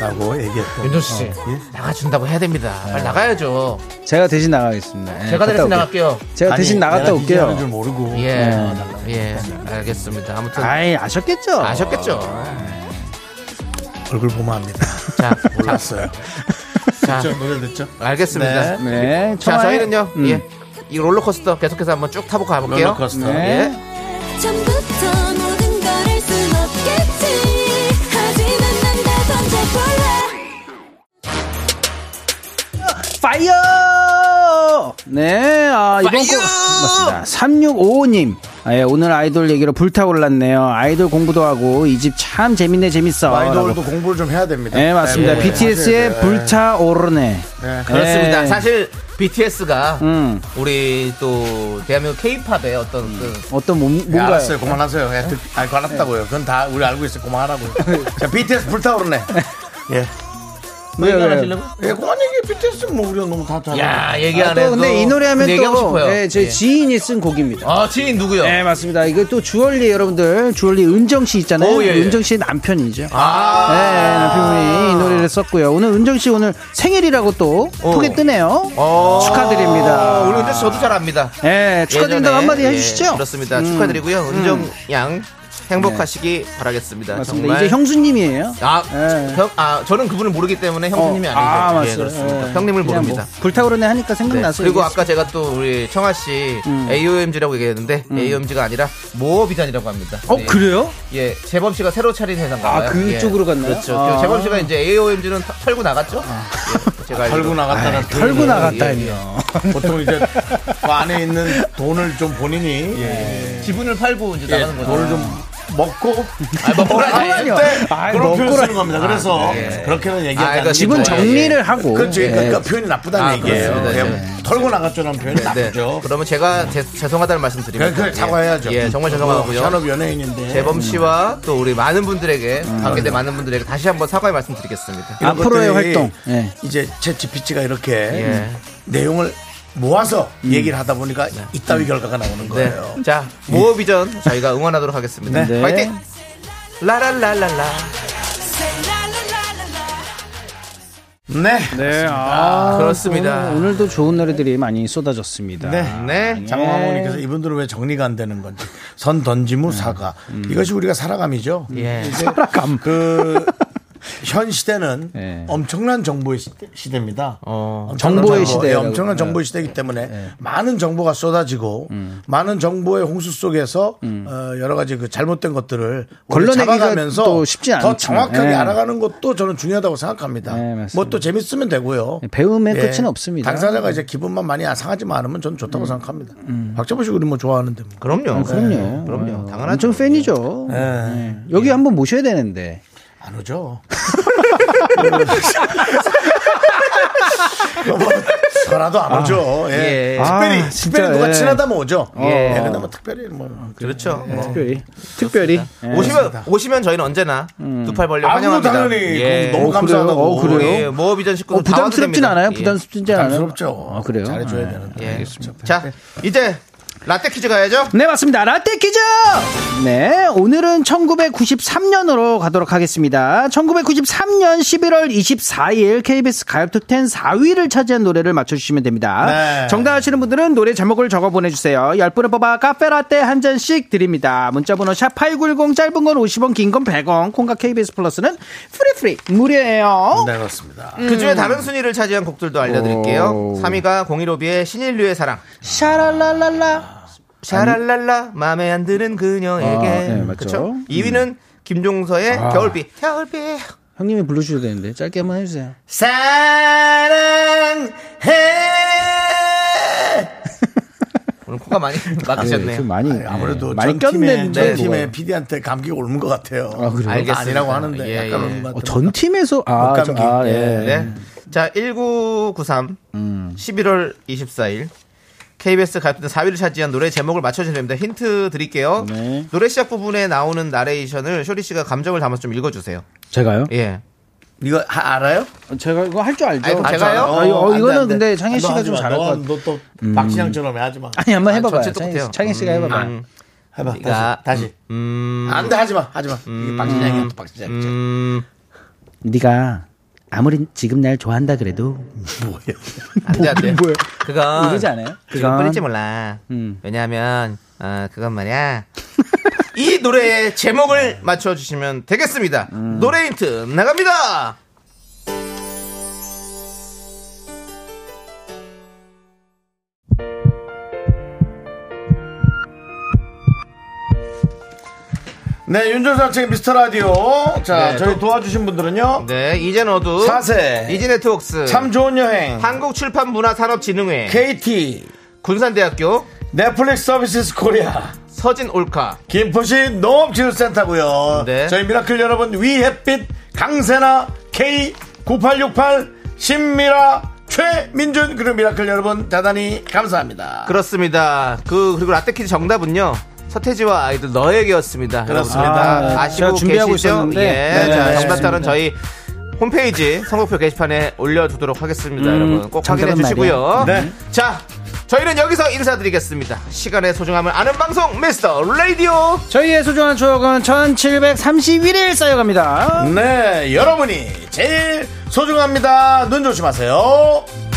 A: 라고 얘기했고. 어, 예?
B: 윤종 씨
F: 아, 네?
B: 나가준다고 해야 됩니다. 빨리 나가야죠.
F: 제가 대신 나가겠습니다. 예,
B: 제가
F: 갔다
B: 대신
F: 올게요.
B: 나갈게요.
F: 제가 아, 대신 나갔다 올게요.
A: 하는 줄 모르고.
B: 예,
F: 네.
B: 예, 알겠습니다. 아무튼
F: 아이, 아셨겠죠?
B: 아셨겠죠.
A: 얼굴 보면 압니다.
B: 자,
A: 몰랐어요.
B: 자,
A: 저 노래 듣죠?
B: 알겠습니다.
F: 네,
B: 자,
F: 청하의-
B: 저희는요,
F: 음.
B: 예, 이 롤러코스터 계속해서 한번 쭉 타보고 가볼게요.
A: 롤러코스터.
F: 네.
B: 예.
C: 처음부터 모든 걸 알 순 없겠지 하지만 난 다 던져볼래
F: 파이어! 네, 아, 이번
B: 파이어!
F: 곡. 맞습니다. 3655님. 아, 예, 오늘 아이돌 얘기로 불타올랐네요. 아이돌 공부도 하고, 이 집 참 재밌네,
B: 뭐
F: 재밌어.
A: 아이돌도
F: 라고.
A: 공부를 좀 해야 됩니다.
F: 네, 맞습니다. BTS의 불타오르네.
B: 그렇습니다.
F: 예.
B: 사실 BTS가
F: 음.
B: 우리 또 대한민국 K-팝의 어떤 그
F: 어떤 몸,
A: 네,
F: 음. 뭔가요?
A: 알았어요. 그만하세요. 예, 듣, 아니, 알았다고요. 그건 다 우리 알고 있어요. 그만하라고요. 자, BTS 불타오르네. 예. 뭐 얘기하실래요? 예, 그만 얘기 BTS 뭐 우리가 너무 다 잘.
B: 야, 얘기 안
F: 또
B: 해도.
F: 근데 이 노래하면
B: 근데 네, 그 얘기하고
F: 또
B: 싶어요.
F: 예, 저희
B: 예.
F: 지인이 쓴 곡입니다.
B: 아, 지인 누구요?
F: 네 맞습니다. 이거 또 주얼리 여러분들 주얼리 은정 씨 있잖아요.
B: 오, 예, 예.
F: 은정 씨의 남편이죠.
B: 아.
F: 네, 남편분이 이 노래를 썼고요. 오늘 은정 씨 오늘 생일이라고 또 톡에 뜨네요.
B: 어.
F: 축하드립니다.
B: 우리 근데 저도 잘 압니다.
F: 네,
B: 예전에,
F: 축하드린다고 한마디
B: 예,
F: 해주시죠.
B: 그렇습니다.
F: 음. 네.
B: 축하드리고요. 은정 양 행복하시기 바라겠습니다.
F: 맞습니다.
B: 정말.
F: 이제 형수님이에요.
B: 아,
F: 예.
B: 형, 아, 저는 그분을 모르기 때문에 형수님이
F: 어,
B: 아니죠.
F: 아,
B: 예,
F: 맞습니다.
B: 그렇습니다.
F: 예.
B: 형님을
F: 그냥
B: 모릅니다.
F: 뭐 불타오르네 하니까
B: 네.
F: 생각나서.
B: 그리고
F: 얘기했어요. 음.
B: 아까 제가 또 우리 청아 씨 AOMG라고 얘기했는데 AOMG가 아니라 모어비전이라고 합니다.
F: 어
B: 예.
F: 그래요?
B: 예, 재범 씨가 새로 차린 회사인가
F: 아,
B: 봐요.
F: 그쪽으로
B: 예.
F: 갔나요?
B: 그렇죠.
F: 아.
B: 재범 씨가 이제 AOMG는 털고 나갔죠? 예, 제가 알기로.
A: 털고 나갔다가
F: 털고 나갔다
B: 예,
F: 했네요.
A: 보통 이제 그 안에 있는 돈을 좀 본인이
B: 지분을 팔고 이제 나가는 거죠.
A: 돈을 좀 먹고
B: 아, 뭐 뭐라니.
F: 아니요.
A: 아,
F: 아이,
A: 그런 표현
F: 먹고라-
A: 쓰는 겁니다. 그래서 그렇게는 얘기하지
B: 아, 그러니까
A: 않는
B: 집은
A: 게
F: 이분
A: 좋아요.
F: 정리를 하고.
A: 그렇죠.
F: 예.
A: 그러니까 표현이 나쁘다는
B: 아,
A: 얘기예요.
B: 그렇습니다.
A: 그냥 털고 나갔죠라는 표현이
B: 네.
A: 나쁘죠.
B: 그러면 제가 제- 죄송하다는 말씀 드립니다.
A: 그래, 그래,
B: 예.
A: 사과해야죠. 뭐,
B: 예, 정말 죄송하고요.
A: 산업 연예인인데
B: 재범 씨와 또 우리 많은 분들에게 관계된 많은 분들에게 다시 한번 사과의 말씀 드리겠습니다.
A: 이런
F: 앞으로의
A: 것들이
F: 활동. 예.
A: 이제 채 GPT가 이렇게
B: 예.
A: 내용을 모아서 얘기를 하다 보니까 이따위 결과가 나오는
B: 네.
A: 거예요.
B: 자, 모어비전 저희가 응원하도록 하겠습니다.
F: 네.
B: 파이팅! 라랄랄랄라.
A: 네.
F: 네, 아,
B: 그렇습니다.
F: 오늘, 오늘도 좋은 노래들이 많이 쏟아졌습니다.
B: 네.
A: 장화모님께서 이분들은 왜 정리가 안 되는 건지 선 던지무 사과 이것이 우리가 살아감이죠.
B: 예.
A: 이제 그. 현 시대는
F: 예.
A: 엄청난 정보의 시대, 입니다
B: 어,
F: 정보의 네. 시대예요.
A: 엄청난 정보의 시대이기 때문에 많은 정보가 쏟아지고
F: 음.
A: 많은 정보의 홍수 속에서 어, 여러 가지 그 잘못된 것들을 우리가
F: 걸러내기가
A: 잡아가면서
F: 또 쉽지
A: 더
F: 않죠.
A: 정확하게
F: 예.
A: 알아가는 것도 저는 중요하다고 생각합니다.
F: 네, 맞습니다. 네,
A: 뭐 또 재밌으면 되고요. 예.
F: 배움의 끝은 없습니다. 음.
A: 당사자가 이제 기분만 많이 상하지만 않으면 저는 좋다고 생각합니다. 박재범 씨 우리 뭐 좋아하는데 뭐.
B: 그럼요.
F: 그럼요.
B: 그럼요.
F: 당연하죠. 엄청 아, 팬이죠. 음, 예. 여기 한번 모셔야 되는데.
A: 안 오죠. 저라도 뭐 안 오죠. 예.
B: 예.
A: 특별히
F: 아, 진짜,
A: 특별히 누가
F: 예.
A: 친하다면 오죠.
B: 예.
A: 예. 근데 뭐 특별히 뭐
B: 그렇죠. 뭐.
F: 특별히. 특별히. 예.
B: 오시면 오시면 저희는 언제나 두 팔 벌려
A: 아우,
B: 환영합니다.
A: 당연히. 그럼 너무
F: 어,
A: 감사하다고.
F: 그래요? 어, 그래요?
B: 예, 모어비전 식구
F: 어, 부담스럽진 않아요? 부담스럽진 않아요?
A: 부담스럽죠.
F: 아, 그래요?
A: 잘해줘야
F: 아,
A: 되는데. 네,
B: 예. 자, 이제 라떼 퀴즈 가야죠.
F: 네, 맞습니다. 라떼 퀴즈! 네, 오늘은 1993년으로 가도록 하겠습니다. 1993년 11월 24일 KBS 가요톱 10 4위를 차지한 노래를 맞춰주시면 됩니다.
A: 네.
F: 정답 아시는 분들은 노래 제목을 적어 보내주세요. 10분을 뽑아 카페라떼 한 잔씩 드립니다. 문자번호 샵8910 짧은 건 50원, 긴 건 100원, 콩과 KBS 플러스는 프리프리 무료예요.
A: 네, 그렇습니다.
F: 음.
B: 그 중에 다른 순위를 차지한 곡들도 알려드릴게요. 3위가 015B의 신인류의 사랑.
F: 샤랄랄랄라.
B: 샤랄랄라 맘에 안 드는 그녀에게.
F: 아, 네, 맞죠. 아.
B: 그쵸? 2위는 김종서의 겨울비. 겨울비.
F: 형님이 불러주셔야 되는데 짧게 한번 해주세요.
B: 사랑해. 오늘 코가 많이 막히셨네요.
F: 좀 예, 많이
A: 아, 아무래도
F: 예, 많이
A: 전 팀의 전
F: 꼈는데 뭐.
A: 팀의 PD한테 감기가 옮은 것 같아요. 아, 아니라고
F: 그래요?
B: 알겠습니다.
A: 하는데
B: 예,
A: 약간
B: 예.
A: 옮은 것
F: 어,
A: 같아요.
F: 전 팀에서 아,
A: 목감기.
F: 저- 아, 예.
B: 네. 자, 1993 11월 24일 KBS 가요톱 4위를 차지한 노래 제목을 맞춰주시면 됩니다. 힌트 드릴게요.
F: 네.
B: 노래 시작 부분에 나오는 나레이션을 쇼리 씨가 감정을 담아서 좀 읽어주세요.
F: 제가요?
B: 예.
A: 이거 하- 알아요?
F: 제가 이거 할 줄 알죠.
B: 아이고, 제가- 제가요?
A: 알아요?
F: 아, 이거-
A: 안 돼,
F: 이거는
A: 안 돼.
F: 근데 창희
A: 너
F: 씨가
A: 하지
F: 좀
A: 마.
F: 잘할
A: 너가-
F: 것 같아. 음.
A: 너또 박신양처럼 해, 하지 마.
F: 아니 한번 해봐봐요.
B: 전체 똑같아요.
F: 창희, 창희 씨가
A: 음.
F: 해봐봐요.
A: 해봐.
B: 네가-
A: 다시. 다시. 안 돼, 하지 마. 하지 마. 이게 박신양이야, 또 박신양이지.
B: 음,
F: 네가 아무리 지금 날 좋아한다 그래도
A: 음. 뭐야.
B: 안 돼, 안 돼.
F: 뭐예요?
B: 그건.
F: 이러지 않아요?
B: 지금
F: 그건-
B: 뿐일지 몰라.
F: 음.
B: 왜냐하면, 어, 그건 말이야. 이 노래의 제목을 맞춰주시면 되겠습니다. 노래 힌트 나갑니다!
A: 네, 윤정수 학생 미스터 라디오. 자,
B: 네,
A: 저희 도와주신 분들은요.
B: 네, 이젠 어두.
A: 사세.
B: 이지네트웍스.
A: 참 좋은 여행.
B: 한국출판문화산업진흥회.
A: KT.
B: 군산대학교.
A: 넷플릭스 서비스 코리아.
B: 서진 올카.
A: 김포시 농업기술센터고요
B: 네.
A: 저희 미라클 여러분 위햇빛 강세나 K9868 신미라 최민준 그리고 미라클 여러분 대단히 감사합니다.
B: 그렇습니다. 그, 그리고 라떼키즈 정답은요. 서태지와 아이들 너에게였습니다.
A: 그렇습니다.
B: 여러분 다
F: 아,
B: 아시고
F: 제가 준비하고
B: 계시죠?
F: 있었는데.
B: 예.
F: 네,
B: 자,
F: 네,
B: 신바타는 저희 홈페이지 선곡표 게시판에 올려두도록 하겠습니다.
F: 음,
B: 여러분 꼭 확인해
F: 정답은
B: 주시고요.
A: 말이야. 네.
B: 자, 저희는 여기서 인사드리겠습니다. 시간의 소중함을 아는 방송 미스터 라디오.
F: 저희의 소중한 추억은 1731일 쌓여갑니다.
A: 네, 여러분이 제일 소중합니다. 눈 조심하세요.